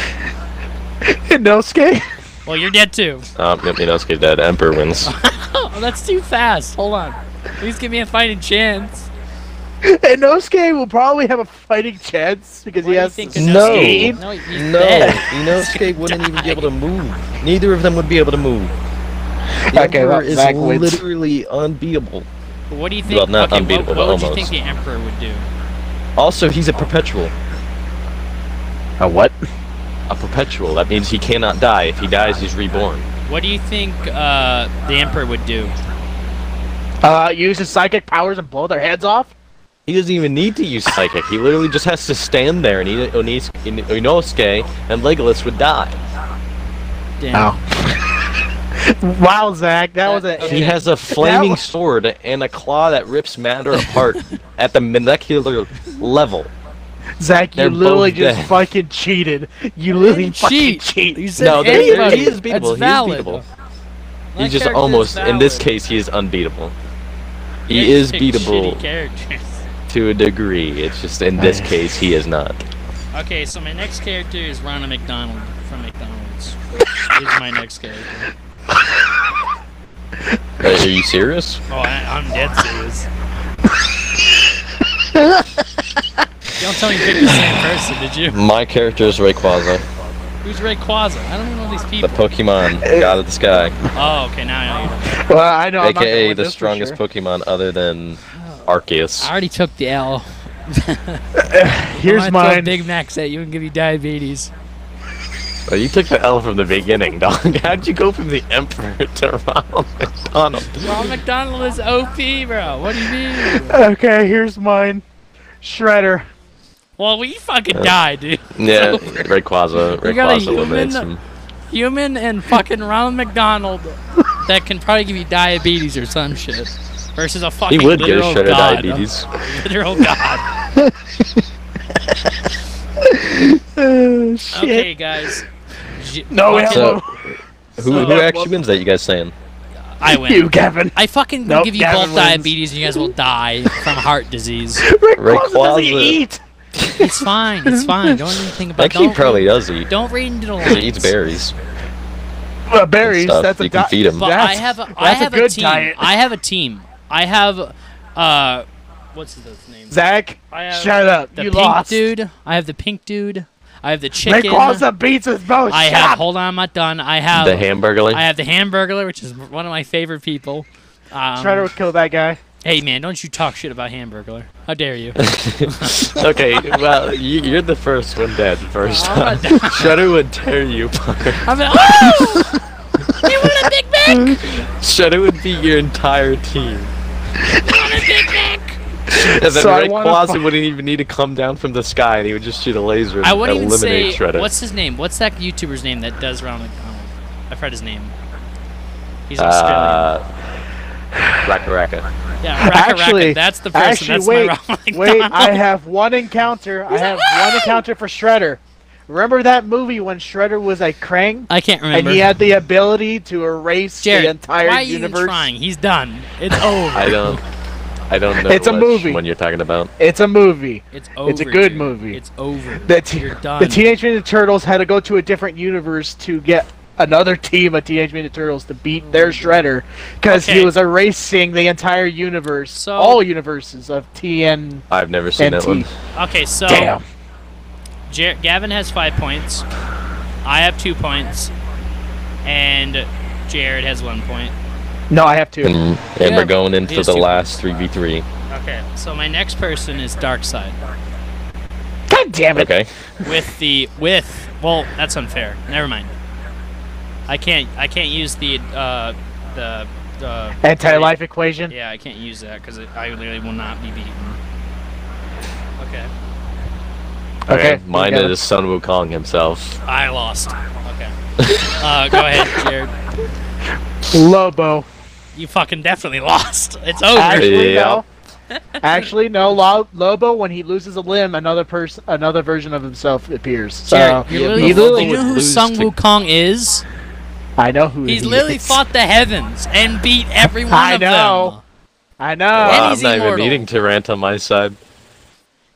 Speaker 1: Inosuke?
Speaker 2: Well, you're dead too.
Speaker 3: Um, yep, Inosuke dead. Emperor wins.
Speaker 2: Oh, that's too fast. Hold on. Please give me a fighting chance.
Speaker 1: Inosuke will probably have a fighting chance because
Speaker 2: Why
Speaker 1: he
Speaker 2: do you
Speaker 1: has
Speaker 2: think
Speaker 1: the
Speaker 2: Inosuke-
Speaker 3: No.
Speaker 1: speed.
Speaker 2: No, he's
Speaker 3: No,
Speaker 2: dead.
Speaker 3: Inosuke wouldn't even be able to move. Neither of them would be able to move. The
Speaker 1: Okay,
Speaker 3: Emperor
Speaker 1: that-
Speaker 3: is
Speaker 1: that wins.
Speaker 3: literally unbeatable.
Speaker 2: What do you think?
Speaker 3: Well, not
Speaker 2: okay, what-
Speaker 3: unbeatable,
Speaker 2: what,
Speaker 3: but
Speaker 2: would you think
Speaker 3: almost.
Speaker 2: the emperor would do?
Speaker 3: Also, he's a perpetual.
Speaker 1: A what?
Speaker 3: A perpetual. That means he cannot die. If he dies, he's reborn.
Speaker 2: What do you think uh, the emperor would do?
Speaker 1: Uh, use his psychic powers and blow their heads off?
Speaker 3: He doesn't even need to use psychic. He literally just has to stand there, and Ino- Onis- In- Inosuke and Legolas would die.
Speaker 2: Damn.
Speaker 1: Oh. wow, Zach, that was a.
Speaker 3: He has a flaming
Speaker 1: wa-
Speaker 3: sword and a claw that rips matter apart at the molecular level.
Speaker 1: Zach, you
Speaker 3: They're
Speaker 1: literally
Speaker 3: both
Speaker 1: just
Speaker 3: dead.
Speaker 1: fucking cheated. You literally
Speaker 2: didn't
Speaker 1: fucking
Speaker 2: cheat.
Speaker 1: cheat.
Speaker 2: You said
Speaker 3: No, Oh, there- there-
Speaker 2: anybody.
Speaker 3: he is beatable.
Speaker 2: That's
Speaker 3: He
Speaker 2: valid.
Speaker 3: is beatable.
Speaker 2: That
Speaker 3: He's just
Speaker 2: character is
Speaker 3: almost, in this
Speaker 2: valid.
Speaker 3: case, he is unbeatable.
Speaker 2: You
Speaker 3: He
Speaker 2: guys
Speaker 3: is
Speaker 2: pick
Speaker 3: beatable
Speaker 2: shitty characters.
Speaker 3: to a degree. It's just in this case, he is not.
Speaker 2: Okay, so my next character is Ronald McDonald from McDonald's. He's my next character.
Speaker 3: Uh, Are you serious?
Speaker 2: Oh, I, I'm dead serious. Don't tell me you picked the same person, did you?
Speaker 3: My character is Rayquaza,
Speaker 2: Who's Ray Quaza? I don't even know these
Speaker 3: the
Speaker 2: people.
Speaker 3: Pokemon God of the Sky,
Speaker 2: Oh, okay, now I know you.
Speaker 1: Well, I know. I'm not gonna
Speaker 3: aka
Speaker 1: win
Speaker 3: the
Speaker 1: this for
Speaker 3: strongest
Speaker 1: sure.
Speaker 3: Pokemon other than Arceus.
Speaker 2: I already took the L.
Speaker 1: Here's
Speaker 2: I'm gonna throw
Speaker 1: mine.
Speaker 2: Big Macs at you and give you diabetes.
Speaker 3: Oh, you took the L from the beginning, dog. How'd you go from the Emperor to Ronald McDonald?
Speaker 2: Ronald McDonald is OP, bro. What do you mean?
Speaker 1: Okay, here's mine. Shredder.
Speaker 2: Well, we fucking die, dude.
Speaker 3: Yeah,
Speaker 2: It's over.
Speaker 3: Rayquaza.
Speaker 2: You got a
Speaker 3: Rayquaza eliminates
Speaker 2: human-
Speaker 3: him.
Speaker 2: Human and fucking Ronald McDonald that can probably give you diabetes or some shit. Versus a
Speaker 3: He
Speaker 2: fucking
Speaker 3: would get a
Speaker 2: literal
Speaker 3: shred of
Speaker 2: god.
Speaker 3: diabetes.
Speaker 2: A literal god.
Speaker 1: Uh, shit.
Speaker 2: Okay, guys. J-
Speaker 1: No, we have
Speaker 2: fucking-
Speaker 3: So,
Speaker 1: so,
Speaker 3: who, who
Speaker 2: uh,
Speaker 3: actually wins that? You guys saying?
Speaker 2: I win.
Speaker 1: you, Kevin.
Speaker 2: I fucking will
Speaker 1: Nope,
Speaker 2: give you
Speaker 1: Gavin
Speaker 2: both
Speaker 1: wins.
Speaker 2: diabetes and you guys will die from heart disease.
Speaker 1: Rick Ross doesn't
Speaker 3: Rayquaza.
Speaker 1: eat.
Speaker 2: It's fine. It's fine. Don't anything about
Speaker 3: Actually,
Speaker 2: don't
Speaker 3: he probably
Speaker 2: read,
Speaker 3: does eat.
Speaker 2: Don't read into the lines.
Speaker 3: He eats berries.
Speaker 1: Well, berries.
Speaker 3: stuff.
Speaker 1: That's a
Speaker 3: You can
Speaker 1: di-
Speaker 3: feed 'em.
Speaker 2: But I
Speaker 1: that's-
Speaker 2: have a,
Speaker 1: that's
Speaker 2: I have
Speaker 1: a good
Speaker 2: team.
Speaker 1: diet.
Speaker 2: I have a team. I have uh what's his name?
Speaker 1: Zach,
Speaker 2: I have
Speaker 1: shut up.
Speaker 2: the
Speaker 1: you
Speaker 2: pink
Speaker 1: lost.
Speaker 2: dude. I have the pink dude. I have the
Speaker 1: Rick
Speaker 2: chicken.
Speaker 1: Rosa beats us both.
Speaker 2: I
Speaker 1: shut
Speaker 2: have.
Speaker 1: up.
Speaker 2: Hold on, I'm not done. I have.
Speaker 3: The hamburger.
Speaker 2: I have the Hamburglar, which is one of my favorite people. Um,
Speaker 1: Try to kill that guy.
Speaker 2: hey man, don't you talk shit about Hamburglar. How dare you?
Speaker 3: okay, well, you, you're the first one dead. First
Speaker 2: Oh, I'm
Speaker 3: time. Shudder would tear you apart.
Speaker 2: I'm like, oh! you want a Big Mac? You
Speaker 3: Shudder would beat your entire team.
Speaker 2: want a Big Mac?
Speaker 3: And then
Speaker 1: So I
Speaker 3: Red
Speaker 1: wanna
Speaker 3: Plaza
Speaker 1: fi-
Speaker 3: wouldn't even need to come down from the sky, and he would just shoot a laser and
Speaker 2: I wouldn't even
Speaker 3: eliminate
Speaker 2: say
Speaker 3: Shredder.
Speaker 2: what's his name. What's that YouTuber's name that does Ronald McDonald? I forgot his name. He's Australian.
Speaker 3: uh, Raka Raka.
Speaker 2: yeah, Raka Raka.
Speaker 1: actually-
Speaker 2: That's the person.
Speaker 1: Actually,
Speaker 2: that's
Speaker 1: wait,
Speaker 2: my Ronald McDonald.
Speaker 1: wait. I have one encounter. I have one encounter for Shredder. Remember that movie when Shredder was a Krang
Speaker 2: I can't
Speaker 1: and
Speaker 2: remember.
Speaker 1: he had the ability to erase
Speaker 2: Jared,
Speaker 1: the entire
Speaker 2: why are you even
Speaker 1: universe?
Speaker 2: trying? He's done. It's over.
Speaker 3: I don't. I don't know.
Speaker 1: It's a
Speaker 3: which
Speaker 1: movie.
Speaker 3: One you're talking about.
Speaker 1: It's a movie.
Speaker 2: It's over.
Speaker 1: a good
Speaker 2: dude.
Speaker 1: movie.
Speaker 2: It's over.
Speaker 1: The, te-
Speaker 2: You're done.
Speaker 1: the Teenage Mutant Turtles had to go to a different universe to get another team of Teenage Mutant Turtles to beat their Shredder because
Speaker 2: Hmm. Okay.
Speaker 1: he was erasing the entire universe,
Speaker 2: So-
Speaker 1: all universes of TN.
Speaker 3: I've never seen that one.
Speaker 1: NT.
Speaker 2: okay, so
Speaker 1: Damn.
Speaker 2: Jer- Gavin has five points. I have two points, and Jared has one point.
Speaker 1: No, I have two.
Speaker 3: And, and
Speaker 2: Yeah,
Speaker 3: we're going into
Speaker 2: here's
Speaker 3: the
Speaker 2: two
Speaker 3: last three v three.
Speaker 2: Okay, so my next person is Darkseid.
Speaker 1: God damn it.
Speaker 3: Okay.
Speaker 2: with the with well that's unfair never mind i can't i can't use the uh the uh,
Speaker 1: Anti-life equation.
Speaker 2: yeah i can't use that because i literally will not be beaten okay
Speaker 1: Okay,
Speaker 3: Okay. Mine
Speaker 1: you got it.
Speaker 3: is Sun Wukong himself.
Speaker 2: i lost okay uh go ahead jared
Speaker 1: Lobo.
Speaker 2: you fucking definitely lost it's over
Speaker 1: Actually,
Speaker 3: Yeah.
Speaker 1: no. Actually, no. Lo- Lobo, when he loses a limb, another person, another version of himself appears. So
Speaker 2: Jared,
Speaker 1: he
Speaker 2: you're literally,
Speaker 1: literally
Speaker 2: you know
Speaker 1: was-
Speaker 2: who
Speaker 3: lose
Speaker 2: Sung
Speaker 3: to-
Speaker 2: Wukong is?
Speaker 1: I know who.
Speaker 2: He's
Speaker 1: he
Speaker 2: literally
Speaker 1: is.
Speaker 2: fought the heavens and beat every one
Speaker 1: I
Speaker 2: of
Speaker 1: know.
Speaker 2: them.
Speaker 1: I know.
Speaker 2: And
Speaker 3: Wow,
Speaker 2: he's
Speaker 3: I'm not
Speaker 2: immortal.
Speaker 3: even needing to rant on my side.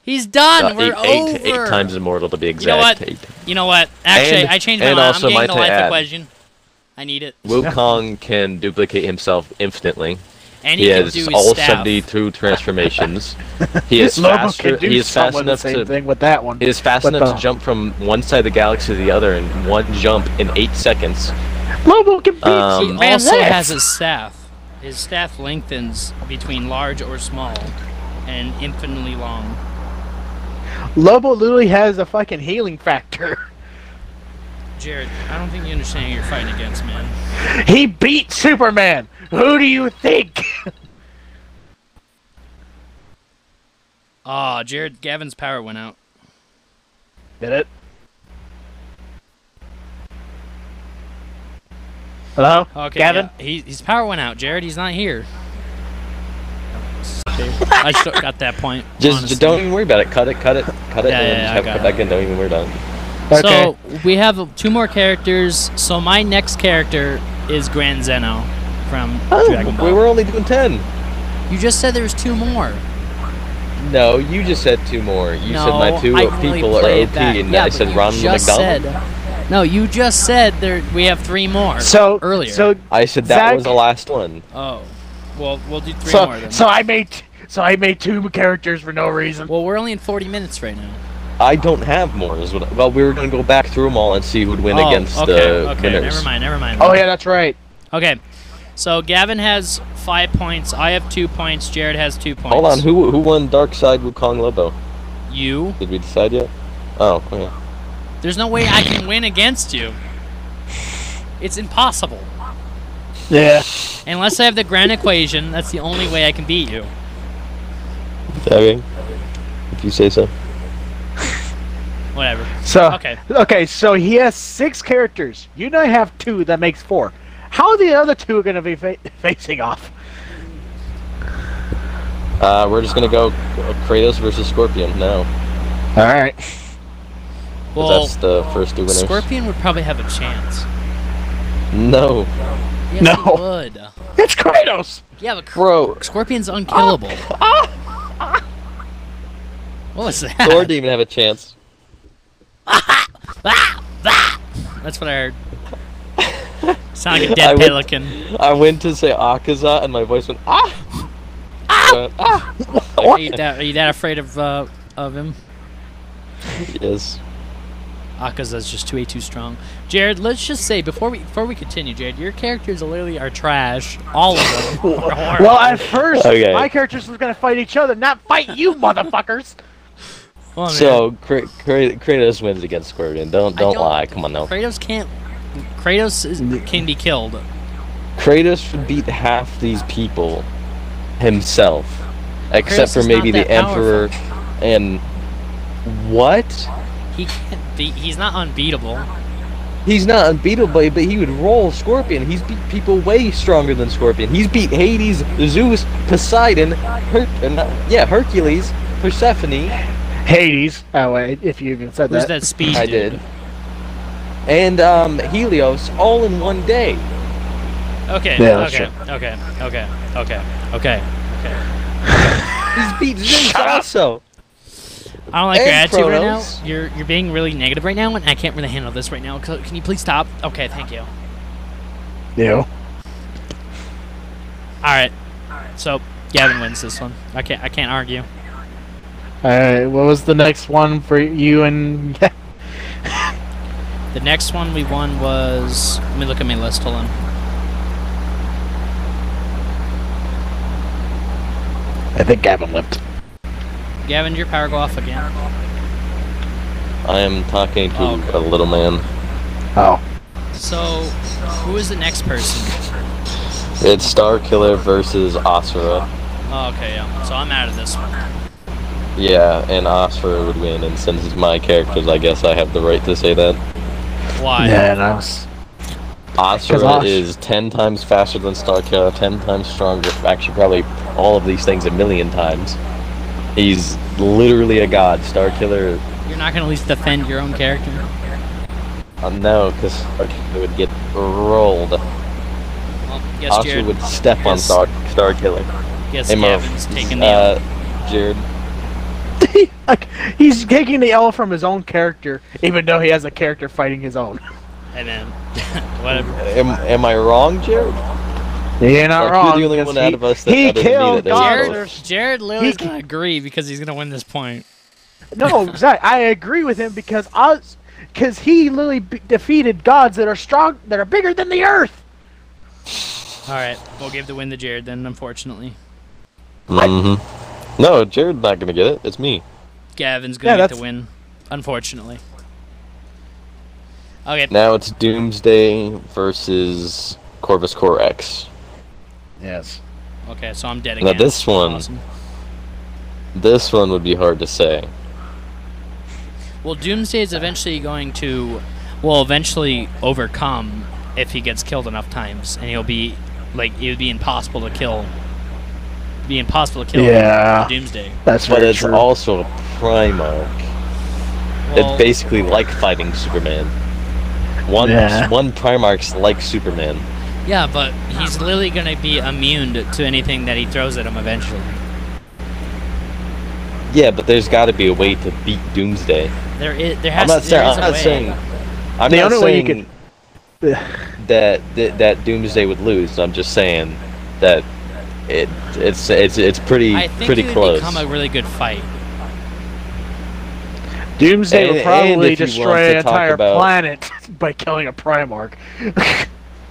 Speaker 2: He's done.
Speaker 3: Uh, eight,
Speaker 2: We're
Speaker 3: eight,
Speaker 2: over.
Speaker 3: eight times immortal to be
Speaker 2: You know
Speaker 3: exact.
Speaker 2: what? You know what? Actually,
Speaker 3: And-
Speaker 2: I changed my
Speaker 3: and
Speaker 2: mind. I'm
Speaker 3: also
Speaker 2: getting the
Speaker 3: might I
Speaker 2: life
Speaker 3: add-
Speaker 2: equation. I need it.
Speaker 3: Eight. Wukong can duplicate himself infinitely.
Speaker 2: And
Speaker 3: He,
Speaker 2: he, can
Speaker 3: has
Speaker 2: do his
Speaker 3: all
Speaker 2: staff.
Speaker 3: 72 transformations. he is
Speaker 1: Lobo
Speaker 3: faster.
Speaker 1: can do
Speaker 3: He is fast
Speaker 1: somewhat the
Speaker 3: enough
Speaker 1: same
Speaker 3: to.
Speaker 1: thing with that one.
Speaker 3: He is fast
Speaker 1: What
Speaker 3: enough
Speaker 1: the-
Speaker 3: to jump from one side of the galaxy to the other in one jump in eight seconds.
Speaker 1: Lobo can beat
Speaker 3: Um,
Speaker 2: He
Speaker 1: you, man.
Speaker 2: also
Speaker 1: that-
Speaker 2: has his staff. His staff lengthens between large or small, and infinitely long.
Speaker 1: Lobo literally has a fucking healing factor.
Speaker 2: Jared, I don't think you understand who you're fighting against, man.
Speaker 1: He beat Superman. Who do you think?
Speaker 2: Ah, Jared, Gavin's power went out.
Speaker 1: Did it? Hello,
Speaker 2: Okay,
Speaker 1: Gavin.
Speaker 2: yeah, he, his power went out. Jared, he's not here. I should have got that point.
Speaker 3: Just
Speaker 2: honestly.
Speaker 3: don't even worry about it. Cut it, cut it, cut it,
Speaker 2: Yeah, yeah,
Speaker 3: and then
Speaker 2: yeah,
Speaker 3: just
Speaker 2: I
Speaker 3: have it
Speaker 2: got
Speaker 3: come
Speaker 2: it.
Speaker 3: back in. Don't even worry about it.
Speaker 2: So we have uh, two more characters. So my next character is Grand Zeno from Dragon Ball.
Speaker 3: Oh, we were only doing 10.
Speaker 2: you just said there was two more.
Speaker 3: No, you just said two more. You
Speaker 2: no,
Speaker 3: said my two
Speaker 2: I
Speaker 3: uh,
Speaker 2: only
Speaker 3: people are
Speaker 2: played
Speaker 3: OP,
Speaker 2: that.
Speaker 3: and
Speaker 2: yeah,
Speaker 3: I
Speaker 2: but
Speaker 3: said
Speaker 2: you
Speaker 3: Ronald
Speaker 2: just
Speaker 3: McDonald.
Speaker 2: said- no, you just said there we have three more.
Speaker 1: So
Speaker 2: earlier.
Speaker 1: So
Speaker 3: I said that
Speaker 1: Zach-
Speaker 3: was the last one.
Speaker 2: oh, well we'll do three more
Speaker 1: so
Speaker 2: then.
Speaker 1: so I made so I made two characters for no reason.
Speaker 2: well, we're only in 40 minutes right now.
Speaker 3: I don't have more. Is what, well, we were going to go back through them all and see who'd win
Speaker 2: oh,
Speaker 3: against
Speaker 2: okay,
Speaker 3: the
Speaker 2: okay,
Speaker 3: winners.
Speaker 2: never mind, never mind.
Speaker 1: Oh yeah, that's right.
Speaker 2: Okay, so Gavin has five points. I have two points. Jared has two points.
Speaker 3: Hold on, who who won Dark Side Wukong Lobo?
Speaker 2: You?
Speaker 3: Did we decide yet? Oh, okay.
Speaker 2: There's no way I can win against you. It's impossible.
Speaker 1: Yeah.
Speaker 2: Unless I have the grand equation, that's the only way I can beat you.
Speaker 3: okay. If you say so.
Speaker 2: Whatever.
Speaker 1: So
Speaker 2: Okay.
Speaker 1: okay, so he has six characters. You now have two. That makes four. How are the other two going to be fa- facing off?
Speaker 3: Uh, we're just gonna go uh, Kratos versus Scorpion now.
Speaker 1: All right.
Speaker 3: 'cause
Speaker 2: Well,
Speaker 3: that's the first two winners.
Speaker 2: Scorpion would probably have a chance.
Speaker 3: No,
Speaker 2: Yes,
Speaker 1: No.
Speaker 2: he would.
Speaker 1: It's Kratos. Ah!
Speaker 2: Yeah, but Cr-
Speaker 3: bro.
Speaker 2: Scorpion's unkillable. what was that?
Speaker 3: Thor didn't even have a chance.
Speaker 2: That's what I heard. Sound like a dead
Speaker 3: I would-
Speaker 2: pelican.
Speaker 3: I went to say Akaza, and my voice went ah. that.
Speaker 2: Are you that, are you that afraid of uh, of him?
Speaker 3: Yes.
Speaker 2: Akaza's just too way too strong. Jared, let's just say before we before we continue, Jared, your characters literally are trash. All of them. are horrible.
Speaker 1: Well, at first,
Speaker 3: Okay.
Speaker 1: my characters was gonna fight each other, not fight you, motherfuckers.
Speaker 2: Well, man,
Speaker 3: So Kra- Kra- Kratos wins against Scorpion. Don't
Speaker 2: Ah! I
Speaker 3: don't lie. Come on now.
Speaker 2: Kratos can't. Kratos is, can be killed.
Speaker 3: Kratos would beat half these people himself,
Speaker 2: Kratos
Speaker 3: except for
Speaker 2: is
Speaker 3: maybe
Speaker 2: not
Speaker 3: the
Speaker 2: that powerful.
Speaker 3: Emperor. And what?
Speaker 2: He can't be. He's not unbeatable.
Speaker 3: He's not unbeatable, but he would roll Scorpion. He's beat people way stronger than Scorpion. He's beat Hades, Zeus, Poseidon, Her- uh, not- yeah, Hercules, Persephone.
Speaker 1: Hades. Oh wait, if you even said
Speaker 2: Who's
Speaker 1: that.
Speaker 2: that speed?
Speaker 3: I
Speaker 2: dude?
Speaker 3: did. And um, Helios all in one day.
Speaker 2: Okay.
Speaker 1: Yeah, that's
Speaker 2: okay, okay. Okay. Okay. Okay.
Speaker 3: He's beat Zeus also.
Speaker 2: I don't like your
Speaker 3: And
Speaker 2: attitude right
Speaker 3: Kratos.
Speaker 2: now. You're you're being really negative right now, and I can't really handle this right now. So Can you please stop? Okay, thank you. All
Speaker 1: You.
Speaker 2: right. So Gavin wins this one. I can't I can't argue.
Speaker 1: All right. What was the next one for you and?
Speaker 2: The next one we won was. Let me look at my list. Hold on.
Speaker 1: I think Gavin lived.
Speaker 2: Gavin, your power go off again.
Speaker 3: I am talking to
Speaker 2: Oh,
Speaker 3: a little man.
Speaker 1: Oh.
Speaker 2: So, who is the next person?
Speaker 3: It's Star Killer versus Asura.
Speaker 2: Oh, okay, yeah. So I'm out of this one.
Speaker 3: Yeah, and Asura would win, and since it's my characters, I guess I have the right to say that.
Speaker 2: Why?
Speaker 1: Yeah, and I was.
Speaker 3: Asura
Speaker 1: As-
Speaker 3: is 10 times faster than Star Killer, 10 times stronger, actually, probably all of these things a million times. He's literally a god. Star Killer,
Speaker 2: You're not gonna at least defend your own character.
Speaker 3: uh, no, because Star Killer would get rolled.
Speaker 2: Well, yes,
Speaker 3: Asura
Speaker 2: Jared.
Speaker 3: would step on
Speaker 2: Yes.
Speaker 3: Star, Star Killer.
Speaker 2: Yes,
Speaker 3: Hey, Murph.
Speaker 2: Gavin's taking the.
Speaker 3: Uh, Jared.
Speaker 1: like he's taking the L from his own character, even though he has a character fighting his own.
Speaker 2: and then whatever.
Speaker 3: Am, am I wrong, Jared?
Speaker 1: You're not
Speaker 3: Like, you're
Speaker 1: wrong.
Speaker 3: the only
Speaker 1: 'cause
Speaker 3: one
Speaker 1: he,
Speaker 3: out of us that-
Speaker 1: he
Speaker 3: other than me
Speaker 1: killed
Speaker 3: that doesn't
Speaker 1: Gotham.
Speaker 3: know.
Speaker 2: Jared, Jared Lilly's gonna agree because he's gonna win this point.
Speaker 1: No, Zach, I agree with him because us, because he literally b- defeated gods that are strong, that are bigger than the earth.
Speaker 2: All right, we'll give the win to Jared then. Unfortunately,
Speaker 3: Mm-hmm. No, Jared's not gonna get it. It's me.
Speaker 2: Gavin's gonna
Speaker 1: Yeah,
Speaker 2: get the
Speaker 1: that's-
Speaker 2: win. Unfortunately. Okay.
Speaker 3: Now it's Doomsday versus Corvus Core X.
Speaker 1: Yes.
Speaker 2: Okay, so I'm dead
Speaker 3: Now
Speaker 2: again.
Speaker 3: this one-
Speaker 2: Awesome.
Speaker 3: This one would be hard to say.
Speaker 2: Well, Doomsday is eventually going to, well, eventually overcome if he gets killed enough times, and he'll be like it would be impossible to kill. Be impossible to kill.
Speaker 1: Yeah.
Speaker 2: Doomsday.
Speaker 1: That's
Speaker 3: But
Speaker 1: very
Speaker 3: it's
Speaker 1: true.
Speaker 3: also a Primarch.
Speaker 2: Well,
Speaker 3: It's basically like fighting Superman. One
Speaker 1: Yeah.
Speaker 3: one Primarch's like Superman.
Speaker 2: yeah, but he's literally gonna be immune to anything that he throws at him eventually.
Speaker 3: Yeah, but there's got to be a way to beat Doomsday.
Speaker 2: There is there
Speaker 3: I'm
Speaker 2: has
Speaker 3: not
Speaker 2: to there
Speaker 3: saying.
Speaker 2: is
Speaker 3: I'm
Speaker 2: a
Speaker 3: not
Speaker 2: way.
Speaker 3: saying. I'm
Speaker 1: The
Speaker 3: not
Speaker 1: only way you
Speaker 3: saying
Speaker 1: could-
Speaker 3: that, that that Doomsday would lose. I'm just saying that it it's it's it's pretty
Speaker 2: I think
Speaker 3: pretty
Speaker 2: it would
Speaker 3: close.
Speaker 2: become a really good fight.
Speaker 1: Doomsday
Speaker 3: And-
Speaker 1: would
Speaker 3: and if he
Speaker 1: probably
Speaker 3: wants
Speaker 1: destroy an
Speaker 3: to talk
Speaker 1: entire
Speaker 3: about-
Speaker 1: planet by killing a Primarch.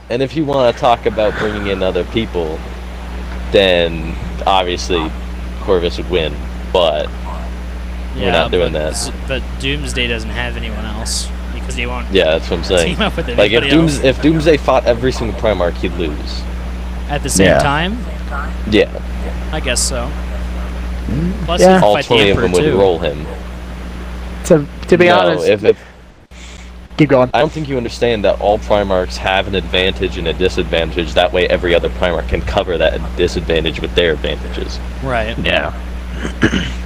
Speaker 3: And if you want to talk about bringing in other people, then obviously Corvus would win. But We're not doing
Speaker 2: but,
Speaker 3: that.
Speaker 2: But Doomsday doesn't have anyone else because he won't
Speaker 3: yeah, that's what I'm saying.
Speaker 2: team up with
Speaker 3: Like if
Speaker 2: anybody
Speaker 3: Dooms
Speaker 2: else
Speaker 3: if Doomsday fought every single Primarch, he'd lose.
Speaker 2: at the same
Speaker 1: Yeah.
Speaker 2: time.
Speaker 3: Yeah,
Speaker 2: I guess so. Plus,
Speaker 1: yeah.
Speaker 2: yeah.
Speaker 3: all
Speaker 2: fight
Speaker 3: twenty
Speaker 2: the
Speaker 3: of
Speaker 2: Emperor
Speaker 3: them would
Speaker 2: too.
Speaker 3: roll him.
Speaker 1: to, to be
Speaker 3: no,
Speaker 1: honest,
Speaker 3: if, if
Speaker 1: keep going.
Speaker 3: I don't think you understand that all Primarchs have an advantage and a disadvantage. That way, every other Primarch can cover that disadvantage with their advantages.
Speaker 2: Right.
Speaker 3: Yeah.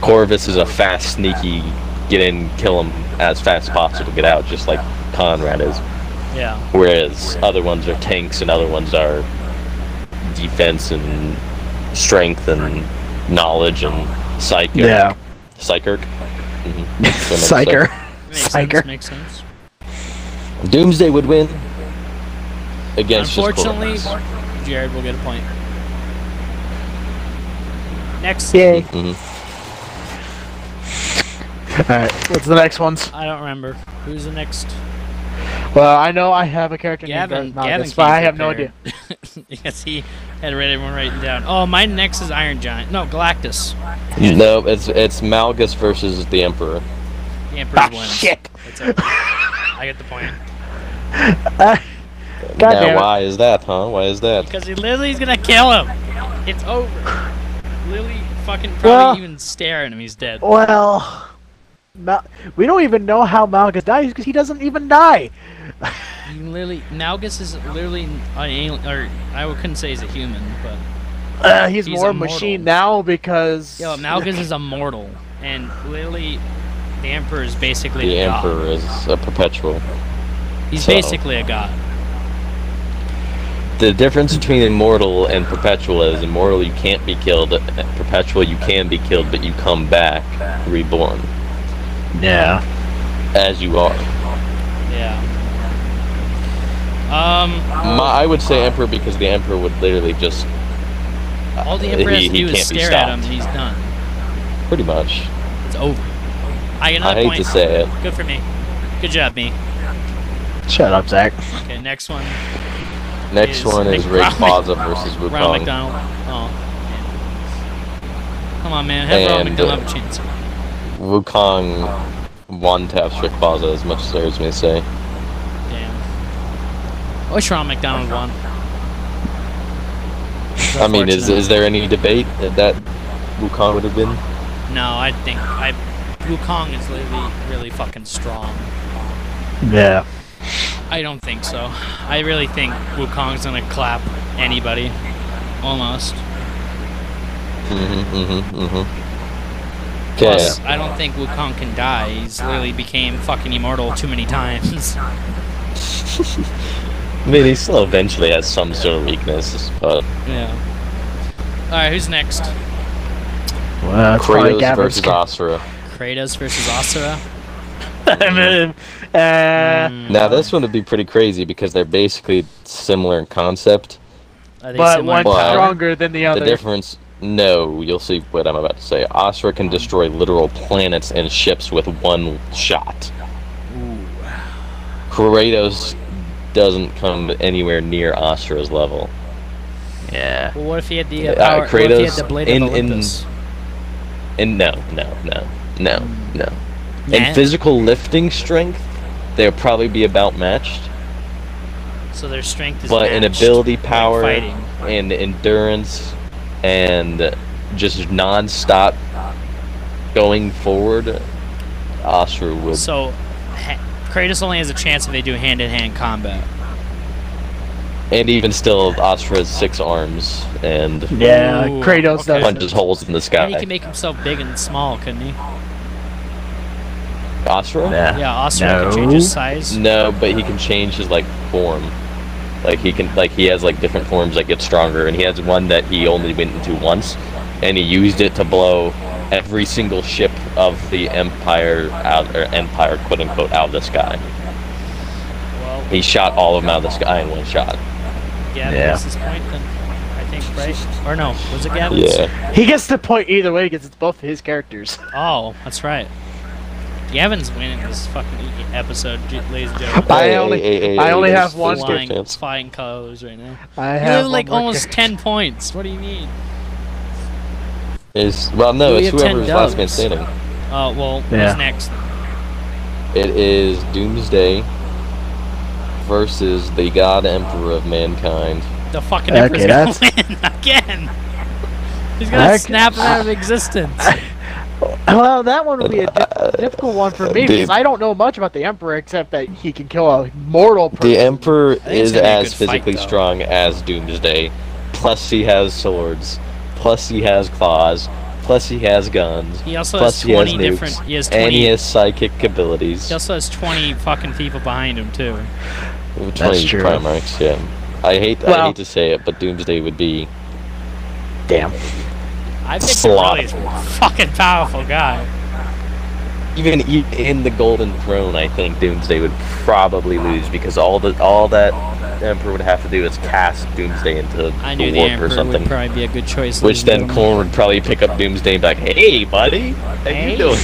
Speaker 3: Corvus is a fast, sneaky, get in, kill him as fast as possible, get out, just like Conrad is.
Speaker 2: Yeah.
Speaker 3: Whereas other ones are tanks and other ones are defense and strength and knowledge and psychic.
Speaker 1: Yeah.
Speaker 3: Psychic. Mhm.
Speaker 1: Psyker.
Speaker 2: Makes
Speaker 1: Psyker.
Speaker 2: sense. Makes sense.
Speaker 3: Doomsday would win against just
Speaker 2: Unfortunately,
Speaker 3: Corvus.
Speaker 2: Jared will get a point. Next.
Speaker 1: Yay.
Speaker 3: Mhm.
Speaker 1: Alright, what's the next ones?
Speaker 2: I don't remember. Who's the next?
Speaker 1: Well, I know I have a character
Speaker 2: Gavin.
Speaker 1: named Darth
Speaker 2: Gavin
Speaker 1: Nihilus, but
Speaker 2: came
Speaker 1: I have no idea.
Speaker 2: prepared. yes, he had read everyone writing down. Oh, my next is Iron Giant. No, Galactus.
Speaker 3: No, it's it's Malgus versus the Emperor.
Speaker 2: The Emperor's
Speaker 1: Ah,
Speaker 2: wins.
Speaker 1: shit!
Speaker 2: That's it. I get the point.
Speaker 1: God damn
Speaker 3: now,
Speaker 1: it.
Speaker 3: why is that, huh? Why is that?
Speaker 2: Because he Lily's gonna kill him. It's over. Lily fucking probably
Speaker 1: Well-
Speaker 2: even stare at him. He's dead.
Speaker 1: Well, Mal- we don't even know how Malgus dies because he doesn't even die.
Speaker 2: He literally, Malgus is literally an alien, or I couldn't say he's a human, but
Speaker 1: Uh, he's,
Speaker 2: He's
Speaker 1: more
Speaker 2: immortal.
Speaker 1: machine now because
Speaker 2: yo, Malgus is a mortal, and literally, the Emperor is basically
Speaker 3: The
Speaker 2: a god.
Speaker 3: Emperor is a perpetual.
Speaker 2: He's
Speaker 3: so-
Speaker 2: basically a god.
Speaker 3: The difference between immortal and perpetual is immortal you can't be killed, perpetual you can be killed, but you come back reborn
Speaker 1: yeah.
Speaker 3: as you are.
Speaker 2: Yeah. Um,
Speaker 3: My, I would say Emperor because the Emperor would literally just
Speaker 2: all the Emperor has
Speaker 3: He-
Speaker 2: to
Speaker 3: he
Speaker 2: do is
Speaker 3: can't be
Speaker 2: stare at him,
Speaker 3: stopped.
Speaker 2: and he's done.
Speaker 3: pretty much.
Speaker 2: It's over. I get
Speaker 3: I
Speaker 2: another
Speaker 3: hate
Speaker 2: point.
Speaker 3: to say it.
Speaker 2: Good for me. Good job, me.
Speaker 1: Shut up, Zach.
Speaker 2: Okay, next one.
Speaker 3: Next
Speaker 2: Is
Speaker 3: one is Ray
Speaker 2: Ronald
Speaker 3: Plaza versus
Speaker 2: Ronald
Speaker 3: Wukong.
Speaker 2: McDonald. Oh. Man. Come on, man. Have Ronald
Speaker 3: And,
Speaker 2: McDonald
Speaker 3: uh,
Speaker 2: have a chance.
Speaker 3: Wukong one taps Rick Plaza as much as there's me to say.
Speaker 2: Damn. I wish Ronald McDonald won.
Speaker 3: I mean, is is there any debate that that Wukong would have been?
Speaker 2: No, I think I. Wukong is really, really fucking strong.
Speaker 1: Yeah.
Speaker 2: I don't think so. I really think Wukong's gonna clap anybody. Almost.
Speaker 3: Mm-hmm, mm-hmm, mm-hmm. Okay.
Speaker 2: Plus, I don't think Wukong can die. He's literally became fucking immortal too many times.
Speaker 3: I mean, he still eventually has some sort of weakness, but
Speaker 2: yeah. Alright, who's next?
Speaker 1: Well, that's probably
Speaker 3: Kratos
Speaker 1: Gavin's.
Speaker 3: versus Asura.
Speaker 2: Kratos versus Asura?
Speaker 1: uh,
Speaker 2: Mm,
Speaker 3: Now, this one would be pretty crazy because they're basically similar in concept.
Speaker 2: are they
Speaker 1: but
Speaker 2: similar
Speaker 1: one's
Speaker 2: in power?
Speaker 1: stronger than the
Speaker 3: The
Speaker 1: other.
Speaker 3: difference, no, you'll see what I'm about to say. Asura can destroy literal planets and ships with one shot. Kratos doesn't come anywhere near Asura's level.
Speaker 1: yeah.
Speaker 2: Well, what if he had the uh,
Speaker 3: Uh,
Speaker 2: power? what if he had
Speaker 3: Kratos
Speaker 2: the blade
Speaker 3: in-
Speaker 2: of
Speaker 3: in-
Speaker 2: Olympus?
Speaker 3: And no, no, no, no, no.
Speaker 2: Hmm. Nah.
Speaker 3: In physical lifting strength, they'll probably be about matched.
Speaker 2: so their strength is
Speaker 3: but in
Speaker 2: matched
Speaker 3: ability,
Speaker 2: by
Speaker 3: power,
Speaker 2: fighting.
Speaker 3: and endurance, and just non-stop going forward, Asura will.
Speaker 2: So, ha- Kratos only has a chance if they do hand-in-hand combat.
Speaker 3: and even still, Asura's six arms and
Speaker 1: Yeah,
Speaker 2: Ooh,
Speaker 1: Kratos does.
Speaker 2: okay.
Speaker 3: punches holes in the
Speaker 2: And he
Speaker 3: sky.
Speaker 2: can make himself big and small, couldn't he?
Speaker 3: Asura?
Speaker 2: Yeah, Asura can change his size.
Speaker 3: No, but he can change his like form. Like he can, like he has like different forms that get stronger, and he has one that he only went into once, and he used it to blow every single ship of the empire out, or empire quote unquote out of the sky.
Speaker 2: Well,
Speaker 3: He shot all of them out of the sky in one shot.
Speaker 2: Gavin
Speaker 1: Yeah.
Speaker 2: gets his point then. I think, right? Or no, was it Gavin's?
Speaker 3: Yeah,
Speaker 1: He gets the point either way because it's both his characters.
Speaker 2: Oh, that's right. Gavin's winning this fucking e- episode, j- ladies and gentlemen.
Speaker 1: I only- I only
Speaker 3: there's-
Speaker 1: have one.
Speaker 3: there's no
Speaker 2: Flying,
Speaker 3: chance.
Speaker 2: flying colors right now.
Speaker 1: I
Speaker 2: You
Speaker 1: have
Speaker 2: have like
Speaker 1: one more
Speaker 2: almost
Speaker 1: character.
Speaker 2: 10 points. What do you need?
Speaker 3: Is well, no,
Speaker 2: We
Speaker 3: it's
Speaker 2: have ten
Speaker 3: whoever's last man
Speaker 2: dubs.
Speaker 3: standing.
Speaker 2: Uh, well,
Speaker 1: Yeah.
Speaker 2: who's next?
Speaker 3: It is Doomsday versus the God Emperor of mankind.
Speaker 2: The fucking
Speaker 1: Okay,
Speaker 2: Emperor's gonna
Speaker 1: that's-
Speaker 2: win again. He's gonna
Speaker 1: Okay.
Speaker 2: snap it out of existence.
Speaker 1: Well, that one would be a di- difficult one for me because
Speaker 3: Dude.
Speaker 1: I don't know much about the Emperor except that he can kill a mortal person.
Speaker 3: The Emperor
Speaker 2: it's
Speaker 3: is
Speaker 2: gonna be a
Speaker 3: as
Speaker 2: good fight,
Speaker 3: physically
Speaker 2: though.
Speaker 3: strong as Doomsday. Plus, he has swords. Plus, he has claws. Plus, he has guns.
Speaker 2: He also has
Speaker 3: plus, he has
Speaker 2: 20
Speaker 3: nukes,
Speaker 2: different- he has
Speaker 3: And
Speaker 2: 20
Speaker 3: he has psychic abilities.
Speaker 2: He also has 20 fucking people behind him, too.
Speaker 3: With
Speaker 1: That's
Speaker 3: 20
Speaker 1: true.
Speaker 3: primaries, yeah. I hate, I
Speaker 1: Well-
Speaker 3: hate to say it, but Doomsday would be.
Speaker 1: Damn.
Speaker 2: I think
Speaker 3: Slaughter.
Speaker 2: Corelli's a fucking powerful guy.
Speaker 3: Even e- in the Golden Throne, I think Doomsday would probably lose because all the all that Emperor would have to do is cast Doomsday into
Speaker 2: I
Speaker 3: the
Speaker 2: knew the
Speaker 3: warp or
Speaker 2: Emperor
Speaker 3: something.
Speaker 2: would probably be a good choice.
Speaker 3: Which then
Speaker 2: Little
Speaker 3: Corn would probably pick up Doomsday and be like, "Hey, buddy, how
Speaker 2: Hey."
Speaker 3: you doing?"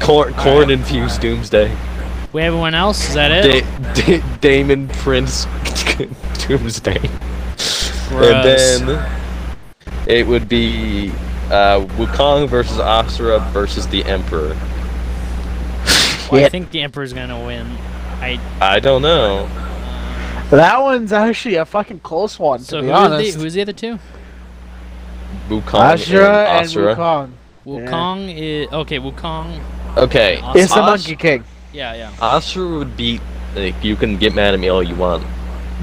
Speaker 3: Corn, corn infused Doomsday.
Speaker 2: man. We have anyone else? Is that it?
Speaker 3: Da- da- Damon Prince Doomsday.
Speaker 2: Gross.
Speaker 3: And then it would be uh, Wukong versus Asura versus the Emperor.
Speaker 2: Well, I think the Emperor's gonna win. I
Speaker 3: I don't know.
Speaker 1: That one's actually a fucking close one, to
Speaker 2: so
Speaker 1: be
Speaker 2: who
Speaker 1: honest.
Speaker 2: is the, who's the other two?
Speaker 3: Wukong
Speaker 1: Ashura
Speaker 3: and
Speaker 1: and
Speaker 3: Asura.
Speaker 1: Wukong.
Speaker 2: Wukong is okay. Wukong.
Speaker 3: Okay,
Speaker 2: Awesome.
Speaker 1: It's the
Speaker 3: Ash-
Speaker 1: Monkey King.
Speaker 2: Yeah, yeah.
Speaker 3: Asura would beat. Like, you can get mad at me all you want,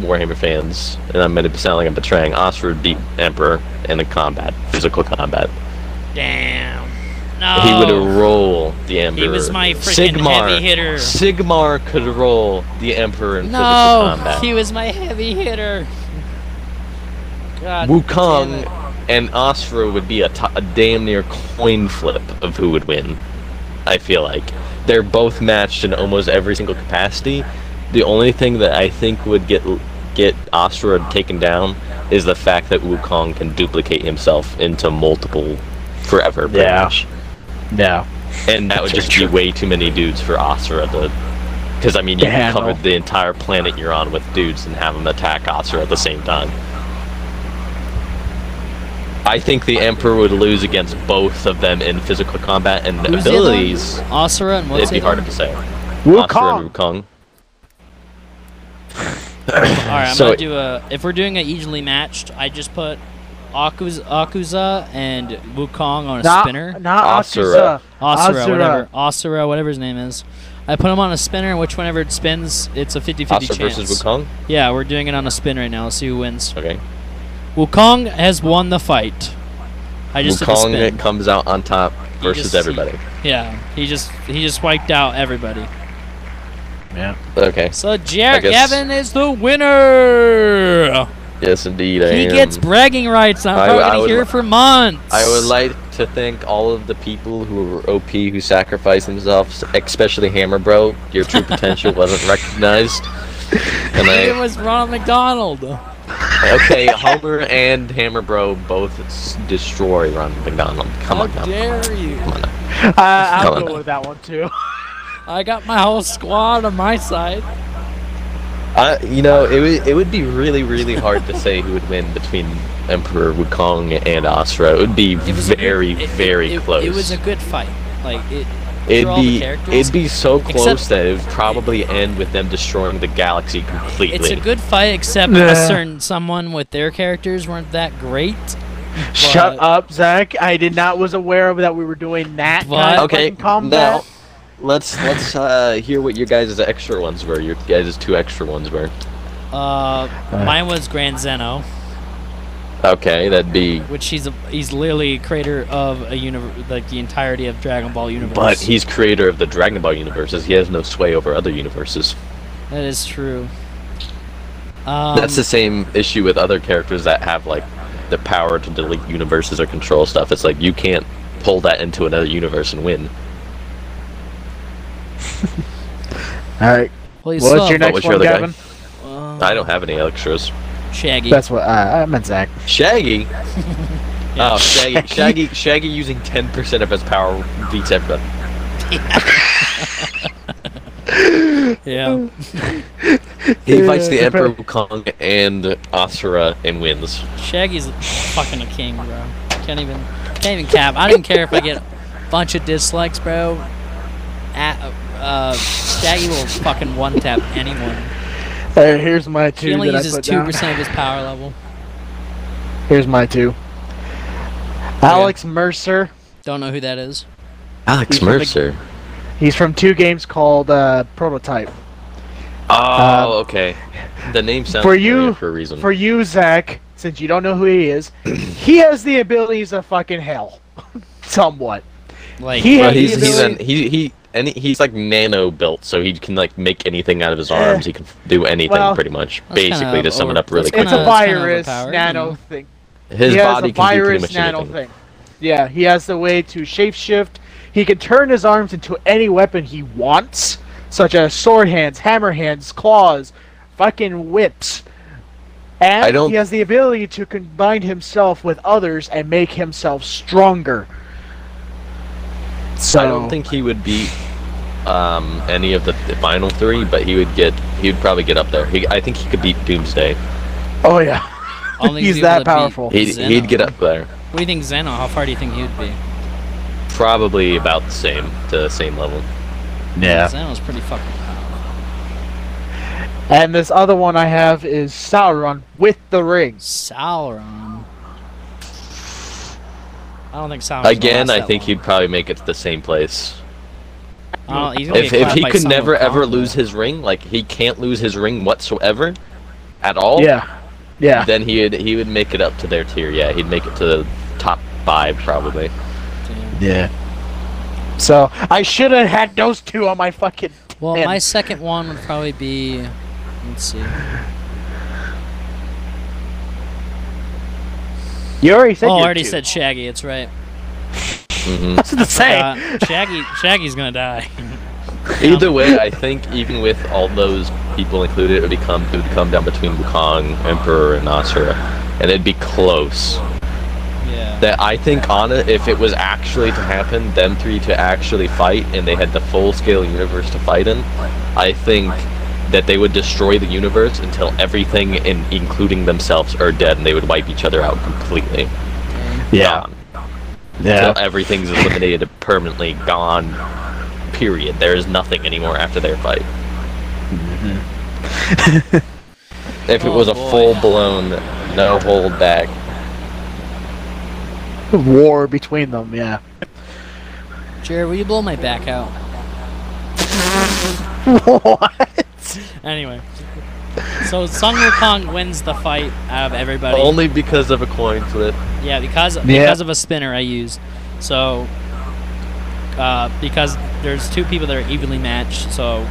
Speaker 3: Warhammer fans, and I'm gonna sound like I'm betraying. Asura would beat Emperor in a combat, physical combat.
Speaker 2: Damn. No.
Speaker 3: He would roll the Emperor.
Speaker 2: Oh. He was my freaking heavy hitter.
Speaker 3: Sigmar could roll the Emperor in
Speaker 2: No,
Speaker 3: physical combat.
Speaker 2: he was my heavy hitter. God damn
Speaker 3: Wukong
Speaker 2: it.
Speaker 3: and Asura would be a to- a damn near coin flip of who would win. I feel like they're both matched in almost every single capacity. The only thing that I think would get get Asura taken down is the fact that Wukong can duplicate himself into multiple forever. pretty
Speaker 1: Yeah.
Speaker 3: much.
Speaker 1: No.
Speaker 3: and that would just be way too many dudes for Asura to. Because I mean, you
Speaker 1: To
Speaker 3: can
Speaker 1: handle.
Speaker 3: cover the entire planet you're on with dudes and have them attack Asura at the same time. I think the Emperor would lose against both of them in physical combat and
Speaker 2: Who's the other one?
Speaker 3: abilities.
Speaker 2: Asura and what's
Speaker 3: It'd be
Speaker 2: the other
Speaker 3: harder to say. Asura
Speaker 1: Wukong.
Speaker 3: and Wukong.
Speaker 2: one? All right, I'm
Speaker 3: So-
Speaker 2: gonna do a. If we're doing a evenly matched, I just put Akuz, Akuza and Wukong on a
Speaker 1: Not,
Speaker 2: spinner.
Speaker 1: not
Speaker 3: Asura.
Speaker 1: Asura.
Speaker 2: Asura, whatever. Asura, whatever his name is. I put him on a spinner, and which whenever it spins, it's a 50 50
Speaker 3: Asura
Speaker 2: chance.
Speaker 3: versus Wukong.
Speaker 2: Yeah, we're doing it on a spin right now. Let's see who wins.
Speaker 3: Okay.
Speaker 2: Wukong has won the fight. I just did a
Speaker 3: Wukong
Speaker 2: spin.
Speaker 3: that comes out on top
Speaker 2: He
Speaker 3: versus
Speaker 2: just- he-
Speaker 3: everybody.
Speaker 2: yeah, he just he just wiped out everybody.
Speaker 1: Yeah.
Speaker 3: Okay.
Speaker 2: So
Speaker 3: I
Speaker 2: Jared
Speaker 3: guess-
Speaker 2: Gavin is the winner.
Speaker 3: Yes, indeed. I
Speaker 2: He
Speaker 3: am.
Speaker 2: gets bragging rights. I'm
Speaker 3: I-
Speaker 2: probably
Speaker 3: I
Speaker 2: gonna
Speaker 3: would
Speaker 2: hear
Speaker 3: li-
Speaker 2: for months.
Speaker 3: I would like to thank all of the people who were OP who sacrificed themselves, especially Hammer Bro. Your true potential wasn't recognized. And
Speaker 2: It
Speaker 3: I,
Speaker 2: was Ronald McDonald.
Speaker 3: okay, Homer and Hammer Bro both s- destroy Ron McDonald. Come on
Speaker 2: How
Speaker 3: now.
Speaker 2: dare you?
Speaker 3: Come on now.
Speaker 1: Uh, I'll
Speaker 3: Coming.
Speaker 1: go with that one too.
Speaker 2: I got my whole squad on my side.
Speaker 3: I, you know, it would it would be really really hard to say who would win between Emperor Wukong and Asura. It would be
Speaker 2: It was a good-
Speaker 3: very
Speaker 2: it- it-
Speaker 3: very
Speaker 2: it-
Speaker 3: close.
Speaker 2: It was a good fight. Like it. through
Speaker 3: It'd
Speaker 2: all the
Speaker 3: be
Speaker 2: characters.
Speaker 3: it'd be so close
Speaker 2: Except-
Speaker 3: that it would probably end with them destroying the galaxy completely.
Speaker 2: It's a good fight, except
Speaker 1: Nah.
Speaker 2: a certain someone with their characters weren't that great.
Speaker 1: Shut
Speaker 2: But-
Speaker 1: up, Zach. I did not was aware of that we were doing that
Speaker 2: But-
Speaker 1: kind of
Speaker 3: okay
Speaker 1: fucking combat.
Speaker 3: now let's let's uh hear what your guys' extra ones were your guys' two extra ones were
Speaker 2: Uh, mine was Grand Zeno,
Speaker 3: okay that'd be
Speaker 2: which he's a, he's literally creator of a universe, like the entirety of Dragon Ball universe.
Speaker 3: but he's creator of the dragon ball universes he has no sway over other universes
Speaker 2: that is true. Um,
Speaker 3: that's the same issue with other characters that have like the power to delete universes or control stuff it's like you can't pull that into another universe and win
Speaker 1: All right.
Speaker 2: well, he's
Speaker 1: What's
Speaker 2: slow.
Speaker 1: your
Speaker 3: What
Speaker 1: next
Speaker 3: was
Speaker 1: one,
Speaker 3: your other guy?
Speaker 1: Gavin?
Speaker 2: Uh,
Speaker 3: i don't have any extras
Speaker 2: Shaggy.
Speaker 1: That's what uh, I meant, Zach.
Speaker 3: shaggy oh shaggy shaggy shaggy using 10% of his power beats everybody
Speaker 2: yeah.
Speaker 3: He
Speaker 1: Yeah,
Speaker 3: fights the
Speaker 1: it's
Speaker 3: Emperor
Speaker 1: probably-
Speaker 3: Wukong and Asura and wins.
Speaker 2: Shaggy's fucking a king, bro. Can't even can't even cap. I don't care if I get a bunch of dislikes, bro. At, uh, Shaggy will fucking one tap anyone.
Speaker 1: Uh, here's my two.
Speaker 2: He only
Speaker 1: that I
Speaker 2: uses
Speaker 1: put
Speaker 2: two
Speaker 1: down.
Speaker 2: percent of his power level.
Speaker 1: Here's my two. Alex Mercer.
Speaker 2: Don't know who that is.
Speaker 3: Alex
Speaker 1: from the- He's from two games called uh, Prototype. Um,
Speaker 3: Oh, okay. The name sounds
Speaker 1: for
Speaker 3: for
Speaker 1: you-
Speaker 3: for a reason.
Speaker 1: For you, Zach, since you don't know who he is, he has the abilities of fucking hell, somewhat.
Speaker 2: Like
Speaker 1: He
Speaker 3: Well,
Speaker 1: has
Speaker 3: he's
Speaker 1: the
Speaker 3: he's
Speaker 1: ability-
Speaker 3: an, he he and he's like nano built, so he can like make anything out of his arms. He can do anything
Speaker 1: Well,
Speaker 3: pretty much.
Speaker 2: That's
Speaker 3: Basically,
Speaker 2: kind
Speaker 3: to
Speaker 2: of
Speaker 3: sum it
Speaker 2: over-
Speaker 3: up really
Speaker 2: that's kinda-
Speaker 1: It's a
Speaker 3: quickly,
Speaker 1: virus
Speaker 2: that's kinda overpowered,
Speaker 1: nano
Speaker 2: yeah.
Speaker 1: thing.
Speaker 3: his
Speaker 1: he has
Speaker 3: body
Speaker 1: a
Speaker 3: can do pretty
Speaker 1: virus
Speaker 3: much
Speaker 1: nano
Speaker 3: anything.
Speaker 1: thing. Yeah, he has the way to shapeshift. He can turn his arms into any weapon he wants, such as sword hands, hammer hands, claws, fucking whips. And
Speaker 3: I don't-
Speaker 1: he has the ability to combine himself with others and make himself stronger. So
Speaker 3: I don't think he would beat um, any of the, the final three, but he would get. He would probably get up there. He, I think he could beat Doomsday.
Speaker 1: Oh yeah.
Speaker 2: Only
Speaker 1: He's
Speaker 2: be
Speaker 1: that
Speaker 2: able to beat
Speaker 1: powerful.
Speaker 3: He'd,
Speaker 2: Zeno.
Speaker 3: he'd get up there.
Speaker 2: What do you think, Zeno? How far do you think he'd be?
Speaker 3: Probably about the same to the same level.
Speaker 4: Yeah.
Speaker 2: Zeno's pretty fucking powerful.
Speaker 1: And this other one I have is Sauron with the rings.
Speaker 2: Sauron. I don't think Sauron.
Speaker 3: Again, I think he'd probably make it to the same place.
Speaker 2: he's gonna
Speaker 3: If,
Speaker 2: get
Speaker 3: if
Speaker 2: clapped
Speaker 3: he
Speaker 2: by
Speaker 3: could
Speaker 2: Son of
Speaker 3: never ever
Speaker 2: Gondor.
Speaker 3: lose his ring, like he can't lose his ring whatsoever, at all.
Speaker 1: Yeah. Yeah.
Speaker 3: Then he would he would make it up to their tier. Yeah, he'd make it to the top five probably.
Speaker 2: Damn.
Speaker 4: Yeah.
Speaker 1: So I should have had those two on my fucking.
Speaker 2: Well,
Speaker 1: Man.
Speaker 2: my second one would probably be. Let's see.
Speaker 1: You already said.
Speaker 2: oh, I
Speaker 1: your
Speaker 2: already
Speaker 1: two.
Speaker 2: said Shaggy. It's right.
Speaker 3: hmm
Speaker 1: That's the same.
Speaker 2: Uh, Shaggy, Shaggy's gonna die.
Speaker 3: Either way, I think even with all those people included, it would become it would come down between Wukong, Emperor, and Asura, and it'd be close.
Speaker 2: yeah.
Speaker 3: That I think on it, if it was actually to happen, them three to actually fight, and they had the full-scale universe to fight in, I think that they would destroy the universe until everything, in, including themselves, are dead, and they would wipe each other out completely.
Speaker 4: Yeah.
Speaker 3: Gone.
Speaker 4: Yeah.
Speaker 3: Until everything's eliminated, permanently gone. Period. There is nothing anymore after their fight.
Speaker 4: Mm-hmm.
Speaker 3: if it
Speaker 2: Oh,
Speaker 3: was a
Speaker 2: boy.
Speaker 3: full blown, no hold back,
Speaker 2: uh,
Speaker 1: War between them. Yeah.
Speaker 2: Jared, will you blow my back out?
Speaker 1: what?
Speaker 2: Anyway. So Sun Wukong wins the fight out of everybody.
Speaker 3: only because of a coin flip.
Speaker 2: Yeah, because because of a spinner I used. So uh, because there's two people that are evenly matched, so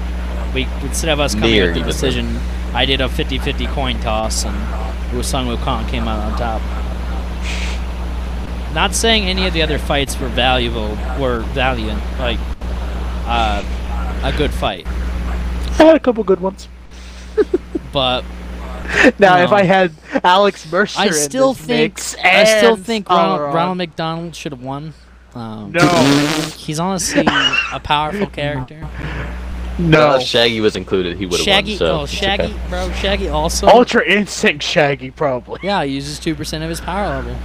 Speaker 2: we instead of us coming
Speaker 3: Near
Speaker 2: up with a
Speaker 3: evenly.
Speaker 2: decision, I did a 50-50 coin toss, and Sun Wukong came out on top. Not saying any of the other fights were valuable, were valiant, like uh, a good fight,
Speaker 1: I had a couple good ones.
Speaker 2: but
Speaker 1: Now,
Speaker 2: No.
Speaker 1: if I had Alex Mercer,
Speaker 2: I
Speaker 1: in
Speaker 2: still
Speaker 1: this
Speaker 2: think
Speaker 1: mix
Speaker 2: I still
Speaker 1: and
Speaker 2: think Ronald,
Speaker 1: Sauron-
Speaker 2: Ronald McDonald should have won. Um,
Speaker 1: No,
Speaker 2: He's honestly a powerful character.
Speaker 1: no.
Speaker 3: Uh, Shaggy was included. He would have
Speaker 2: Oh. Shaggy,
Speaker 3: won. So
Speaker 2: oh
Speaker 3: it's
Speaker 2: Shaggy,
Speaker 3: okay.
Speaker 2: bro, Shaggy also.
Speaker 1: Ultra Instinct Shaggy, probably.
Speaker 2: Yeah, he uses two percent of his power level.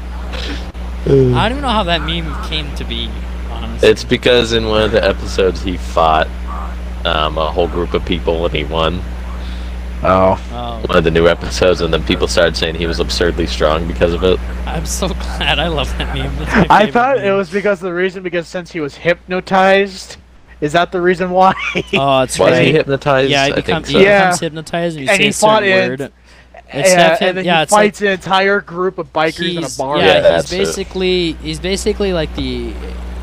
Speaker 2: I don't even know how that meme came to be. Honestly,
Speaker 3: It's because in one of the episodes he fought um, a whole group of people and he won
Speaker 1: Oh.
Speaker 2: oh,
Speaker 3: one of the new episodes, and then people started saying he was absurdly strong because of it.
Speaker 2: I'm so glad. I love that meme. That's my
Speaker 1: I
Speaker 2: favorite
Speaker 1: thought it
Speaker 2: meme.
Speaker 1: was because of the reason because since he was hypnotized, is that the reason why?
Speaker 2: Oh, it's
Speaker 3: Was he
Speaker 2: right.
Speaker 3: hypnotized?
Speaker 2: Yeah, he,
Speaker 3: I
Speaker 2: become,
Speaker 3: think so.
Speaker 2: he
Speaker 1: Yeah.
Speaker 2: becomes hypnotized and you
Speaker 1: And
Speaker 2: say
Speaker 1: he
Speaker 2: a certain
Speaker 1: fought in-
Speaker 2: word.
Speaker 1: yeah,
Speaker 2: Except him-
Speaker 1: and then
Speaker 2: yeah,
Speaker 1: he
Speaker 2: it's like-
Speaker 1: fights an entire group of bikers in a
Speaker 2: He's-
Speaker 1: bar.
Speaker 2: Yeah,
Speaker 3: Yeah,
Speaker 2: he's
Speaker 3: that's it.
Speaker 2: basically he's basically like the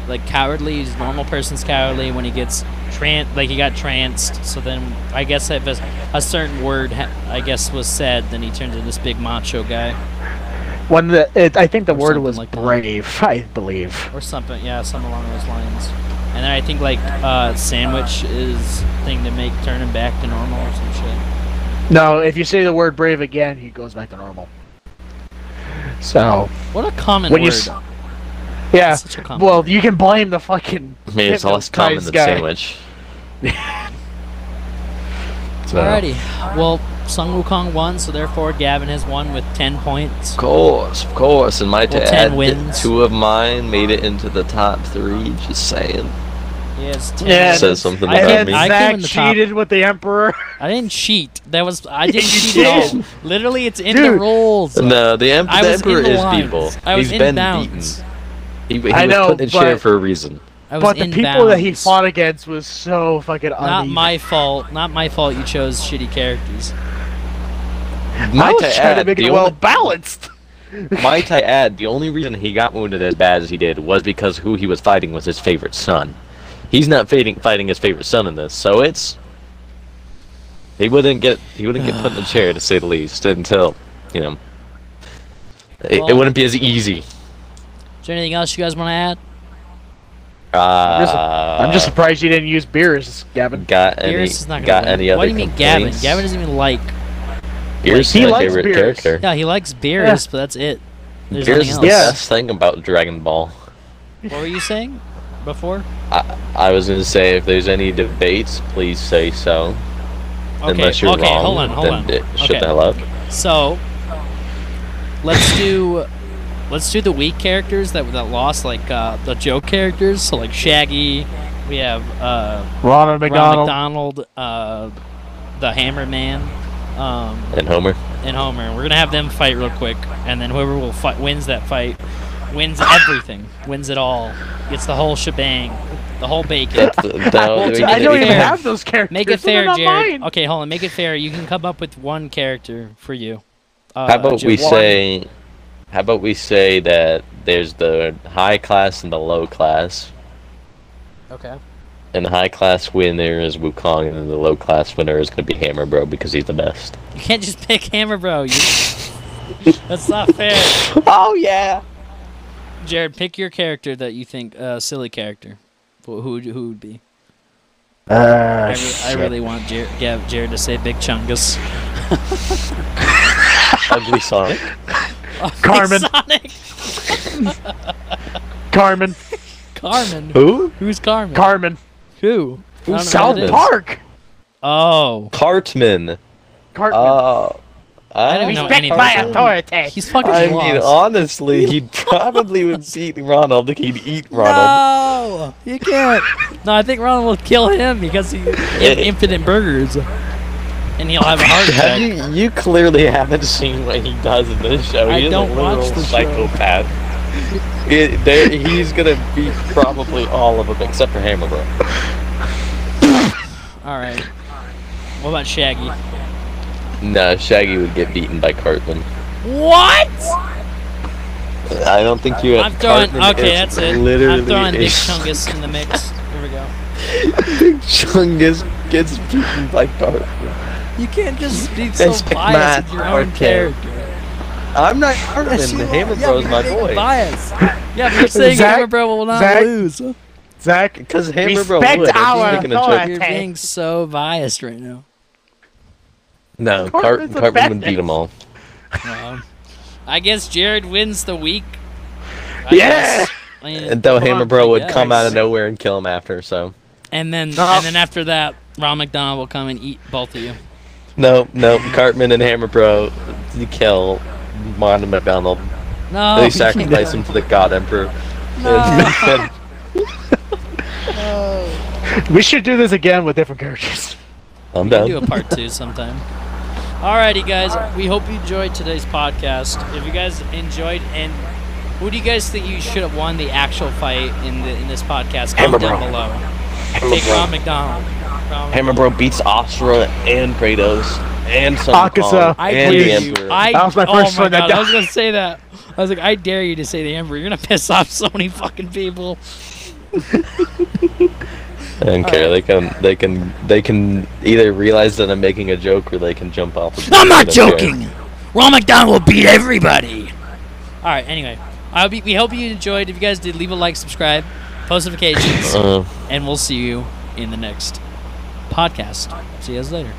Speaker 2: like cowardly. He's a normal person's cowardly when he gets tran like he got tranced. So then I guess if a, a certain word ha- I guess was said, then he turns into this big macho guy
Speaker 1: When the it, I think the
Speaker 2: Or
Speaker 1: word
Speaker 2: something
Speaker 1: was
Speaker 2: like that.
Speaker 1: brave, I believe.
Speaker 2: or something. Yeah, something along those lines. And then I think like uh, sandwich is thing to make turn him back to normal or some shit.
Speaker 1: No, if you say the word brave again, he goes back to normal. So
Speaker 2: What a common
Speaker 1: When you
Speaker 2: word.
Speaker 1: s- yeah,
Speaker 2: Such a common
Speaker 1: well you can blame the fucking.
Speaker 3: I mean, it's less common
Speaker 1: hypnotized
Speaker 3: than
Speaker 1: guy.
Speaker 3: sandwich. so,
Speaker 2: Alrighty. Well, Sung Wukong won, so therefore Gavin has won with ten points.
Speaker 3: Of course, of course. And my
Speaker 2: Well,
Speaker 3: dad,
Speaker 2: 10 wins.
Speaker 3: two of mine made it into the top three. Just saying.
Speaker 2: Yeah, it's ten.
Speaker 1: Yeah,
Speaker 3: Says something
Speaker 1: And
Speaker 3: about
Speaker 1: then
Speaker 3: me.
Speaker 2: I came
Speaker 1: Zach
Speaker 2: in the top.
Speaker 1: cheated with the emperor.
Speaker 2: I didn't cheat. That was I didn't
Speaker 1: You
Speaker 2: cheat at all.
Speaker 1: did.
Speaker 2: Literally, it's in the
Speaker 1: Dude.
Speaker 2: rules.
Speaker 3: No, the, em-
Speaker 2: I
Speaker 3: the
Speaker 2: was in
Speaker 3: emperor
Speaker 2: the
Speaker 3: is
Speaker 2: lines.
Speaker 3: people.
Speaker 2: I was
Speaker 3: He's
Speaker 2: in
Speaker 3: been
Speaker 2: bounds.
Speaker 3: beaten. He, he
Speaker 1: I
Speaker 3: was
Speaker 1: know,
Speaker 3: put in chair
Speaker 1: but-
Speaker 3: for a reason.
Speaker 2: I was
Speaker 1: But the
Speaker 2: in
Speaker 1: people that he
Speaker 2: bounds.
Speaker 1: fought against was so fucking uneven.
Speaker 2: Not my fault. Not my fault. You chose shitty characters.
Speaker 1: I
Speaker 3: Might I,
Speaker 1: was trying to
Speaker 3: add,
Speaker 1: make
Speaker 3: the
Speaker 1: it well balanced.
Speaker 3: only, might I add, the only reason he got wounded as bad as he did was because who he was fighting was his favorite son. He's not fighting fighting his favorite son in this, so it's he wouldn't get he wouldn't get put in the chair to say the least until you know it, it
Speaker 2: Well-
Speaker 3: wouldn't be as easy.
Speaker 2: Is there anything else you guys want to add?
Speaker 3: Uh,
Speaker 1: I'm just surprised you didn't use beers, Gavin.
Speaker 3: got any
Speaker 2: Beerus is not gonna
Speaker 3: got
Speaker 2: win.
Speaker 3: any other
Speaker 2: What do you mean, Gavin?
Speaker 3: complaints?
Speaker 2: Gavin doesn't even like
Speaker 3: Beer's
Speaker 1: He
Speaker 3: my
Speaker 1: likes
Speaker 3: favorite
Speaker 1: beers.
Speaker 3: character.
Speaker 2: Yeah, he likes beers, but that's it. There's
Speaker 3: Beer's the
Speaker 2: nothing else.
Speaker 3: best thing about Dragon Ball.
Speaker 2: What were you saying before?
Speaker 3: I, I was gonna say if there's any debates, please say so.
Speaker 2: Okay,
Speaker 3: Unless you're
Speaker 2: okay,
Speaker 3: wrong,
Speaker 2: hold on, hold
Speaker 3: then
Speaker 2: on.
Speaker 3: it- shut
Speaker 2: Okay.
Speaker 3: the hell up.
Speaker 2: So let's do let's do the weak characters that that lost, like uh, the joke characters. So like Shaggy, we have uh,
Speaker 1: Ronald
Speaker 2: Ron
Speaker 1: McDonald.
Speaker 2: McDonald, uh, the Hammer Man, um,
Speaker 3: And Homer.
Speaker 2: and Homer. We're gonna have them fight real quick, and then whoever will fight wins that fight wins everything, wins it all, gets the whole shebang, the whole bacon.
Speaker 3: That, that, we
Speaker 1: I
Speaker 3: need
Speaker 1: don't
Speaker 3: to-
Speaker 1: even
Speaker 2: fair.
Speaker 1: have those characters.
Speaker 2: Make it
Speaker 1: so they're
Speaker 2: fair,
Speaker 1: not
Speaker 2: Jared.
Speaker 1: mine.
Speaker 2: Okay, hold on. Make it fair. You can come up with one character for you. Uh,
Speaker 3: How about
Speaker 2: Joe-
Speaker 3: we
Speaker 2: one.
Speaker 3: say? How about we say that there's the high class and the low class,
Speaker 2: Okay.
Speaker 3: and the high class winner is Wukong, and the low class winner is gonna be Hammer Bro because he's the best.
Speaker 2: You can't just pick Hammer Bro. You... That's not fair.
Speaker 3: Oh yeah.
Speaker 2: Jared, pick your character that you think uh, silly character. Who who would, who would be?
Speaker 1: Uh,
Speaker 2: I, re- I really want Jared, Gav, Jared to say Big Chungus.
Speaker 3: Ugly Sonic.
Speaker 1: Carmen.
Speaker 2: Sonic.
Speaker 1: Carmen.
Speaker 2: Carmen.
Speaker 3: Who?
Speaker 2: Who's Carmen?
Speaker 1: Carmen.
Speaker 2: who? I don't know who
Speaker 1: South
Speaker 2: that is.
Speaker 1: Park.
Speaker 2: Oh,
Speaker 3: Cartman.
Speaker 1: Cartman.
Speaker 3: Oh.
Speaker 2: I don't know anything.
Speaker 1: my
Speaker 2: about him.
Speaker 1: authority.
Speaker 2: He's fucking
Speaker 3: I
Speaker 2: lost.
Speaker 3: mean, honestly, he probably would beat Ronald. He'd eat Ronald.
Speaker 2: No, you can't. no, I think Ronald will kill him because he in- infinite burgers, and he'll have a heart attack.
Speaker 3: Have you, you clearly haven't seen what he does in this show.
Speaker 2: I
Speaker 3: He is a
Speaker 2: don't watch
Speaker 3: literal
Speaker 2: the show.
Speaker 3: psychopath. It, there, he's gonna beat probably all of them except for Hammer Bro.
Speaker 2: All right. What about Shaggy?
Speaker 3: No, Shaggy would get beaten by Cartman.
Speaker 2: What?
Speaker 3: I don't think you.
Speaker 2: I'm throwing.
Speaker 3: Cartman
Speaker 2: okay,
Speaker 3: is
Speaker 2: that's it.
Speaker 3: Literally,
Speaker 2: I'm throwing Big
Speaker 3: is-
Speaker 2: Chungus in the mix. Here we go.
Speaker 3: Big Chungus gets beaten by Cartman.
Speaker 2: You can't just be
Speaker 3: so That's pick biased my with your own hard character. I'm not Cartman. Hammer Bro is my boy.
Speaker 2: Bias. Yeah, but you're saying
Speaker 1: Zach-
Speaker 2: Hammer Bro will not
Speaker 1: Zach-
Speaker 2: lose.
Speaker 1: Zach.
Speaker 3: Because Hammer Bro would.
Speaker 1: Respect
Speaker 3: I'm just
Speaker 1: our
Speaker 3: making a joke.
Speaker 1: authority.
Speaker 2: You're
Speaker 1: Okay.
Speaker 2: being so biased right now.
Speaker 3: No, Cart-
Speaker 1: Cartman's the
Speaker 3: Cartman would
Speaker 1: best.
Speaker 3: beat them all.
Speaker 2: Um, I guess Jared wins the week. I
Speaker 1: Yeah.
Speaker 2: guess. I mean,
Speaker 3: And though
Speaker 2: come
Speaker 3: Hammer
Speaker 2: on,
Speaker 3: Bro
Speaker 2: I
Speaker 3: would come
Speaker 2: guess.
Speaker 3: out of nowhere and kill him after, so.
Speaker 2: And then,
Speaker 1: No.
Speaker 2: and then after that, Ron McDonald will come and eat both of you.
Speaker 3: No, no, Cartman and Hammer Bro you kill Mondo McDonald.
Speaker 2: No.
Speaker 3: They sacrifice him to the God Emperor. And-
Speaker 1: We should do this again with different characters.
Speaker 3: I'm
Speaker 2: We can do a
Speaker 3: done.
Speaker 2: part two sometime. Alrighty, guys. We hope you enjoyed today's podcast. If you guys enjoyed, and who do you guys think you should have won the actual fight in the in this podcast? Comment down
Speaker 3: Bro.
Speaker 2: below. Take Ron McDonald. Ron
Speaker 3: Hammer Bro beats Asura and Kratos and Son of
Speaker 1: Akaza.
Speaker 3: Kong
Speaker 2: I
Speaker 3: and the
Speaker 2: dare you.
Speaker 3: Emperor.
Speaker 2: I,
Speaker 1: That was my first
Speaker 2: oh my
Speaker 1: one that
Speaker 2: God, I was
Speaker 1: died.
Speaker 2: gonna say that. I was like, I dare you to say the Emperor. You're gonna piss off so many fucking people.
Speaker 3: I don't care. They can, they can, they can either realize that I'm making a joke or they can jump off. of the
Speaker 2: I'm not
Speaker 3: bridge. I don't care.
Speaker 2: joking. Ron McDonald will beat everybody. All right. Anyway, I hope you- we hope you enjoyed. If you guys did, leave a like, subscribe, post notifications,
Speaker 3: Uh,
Speaker 2: and we'll see you in the next podcast. See you guys later.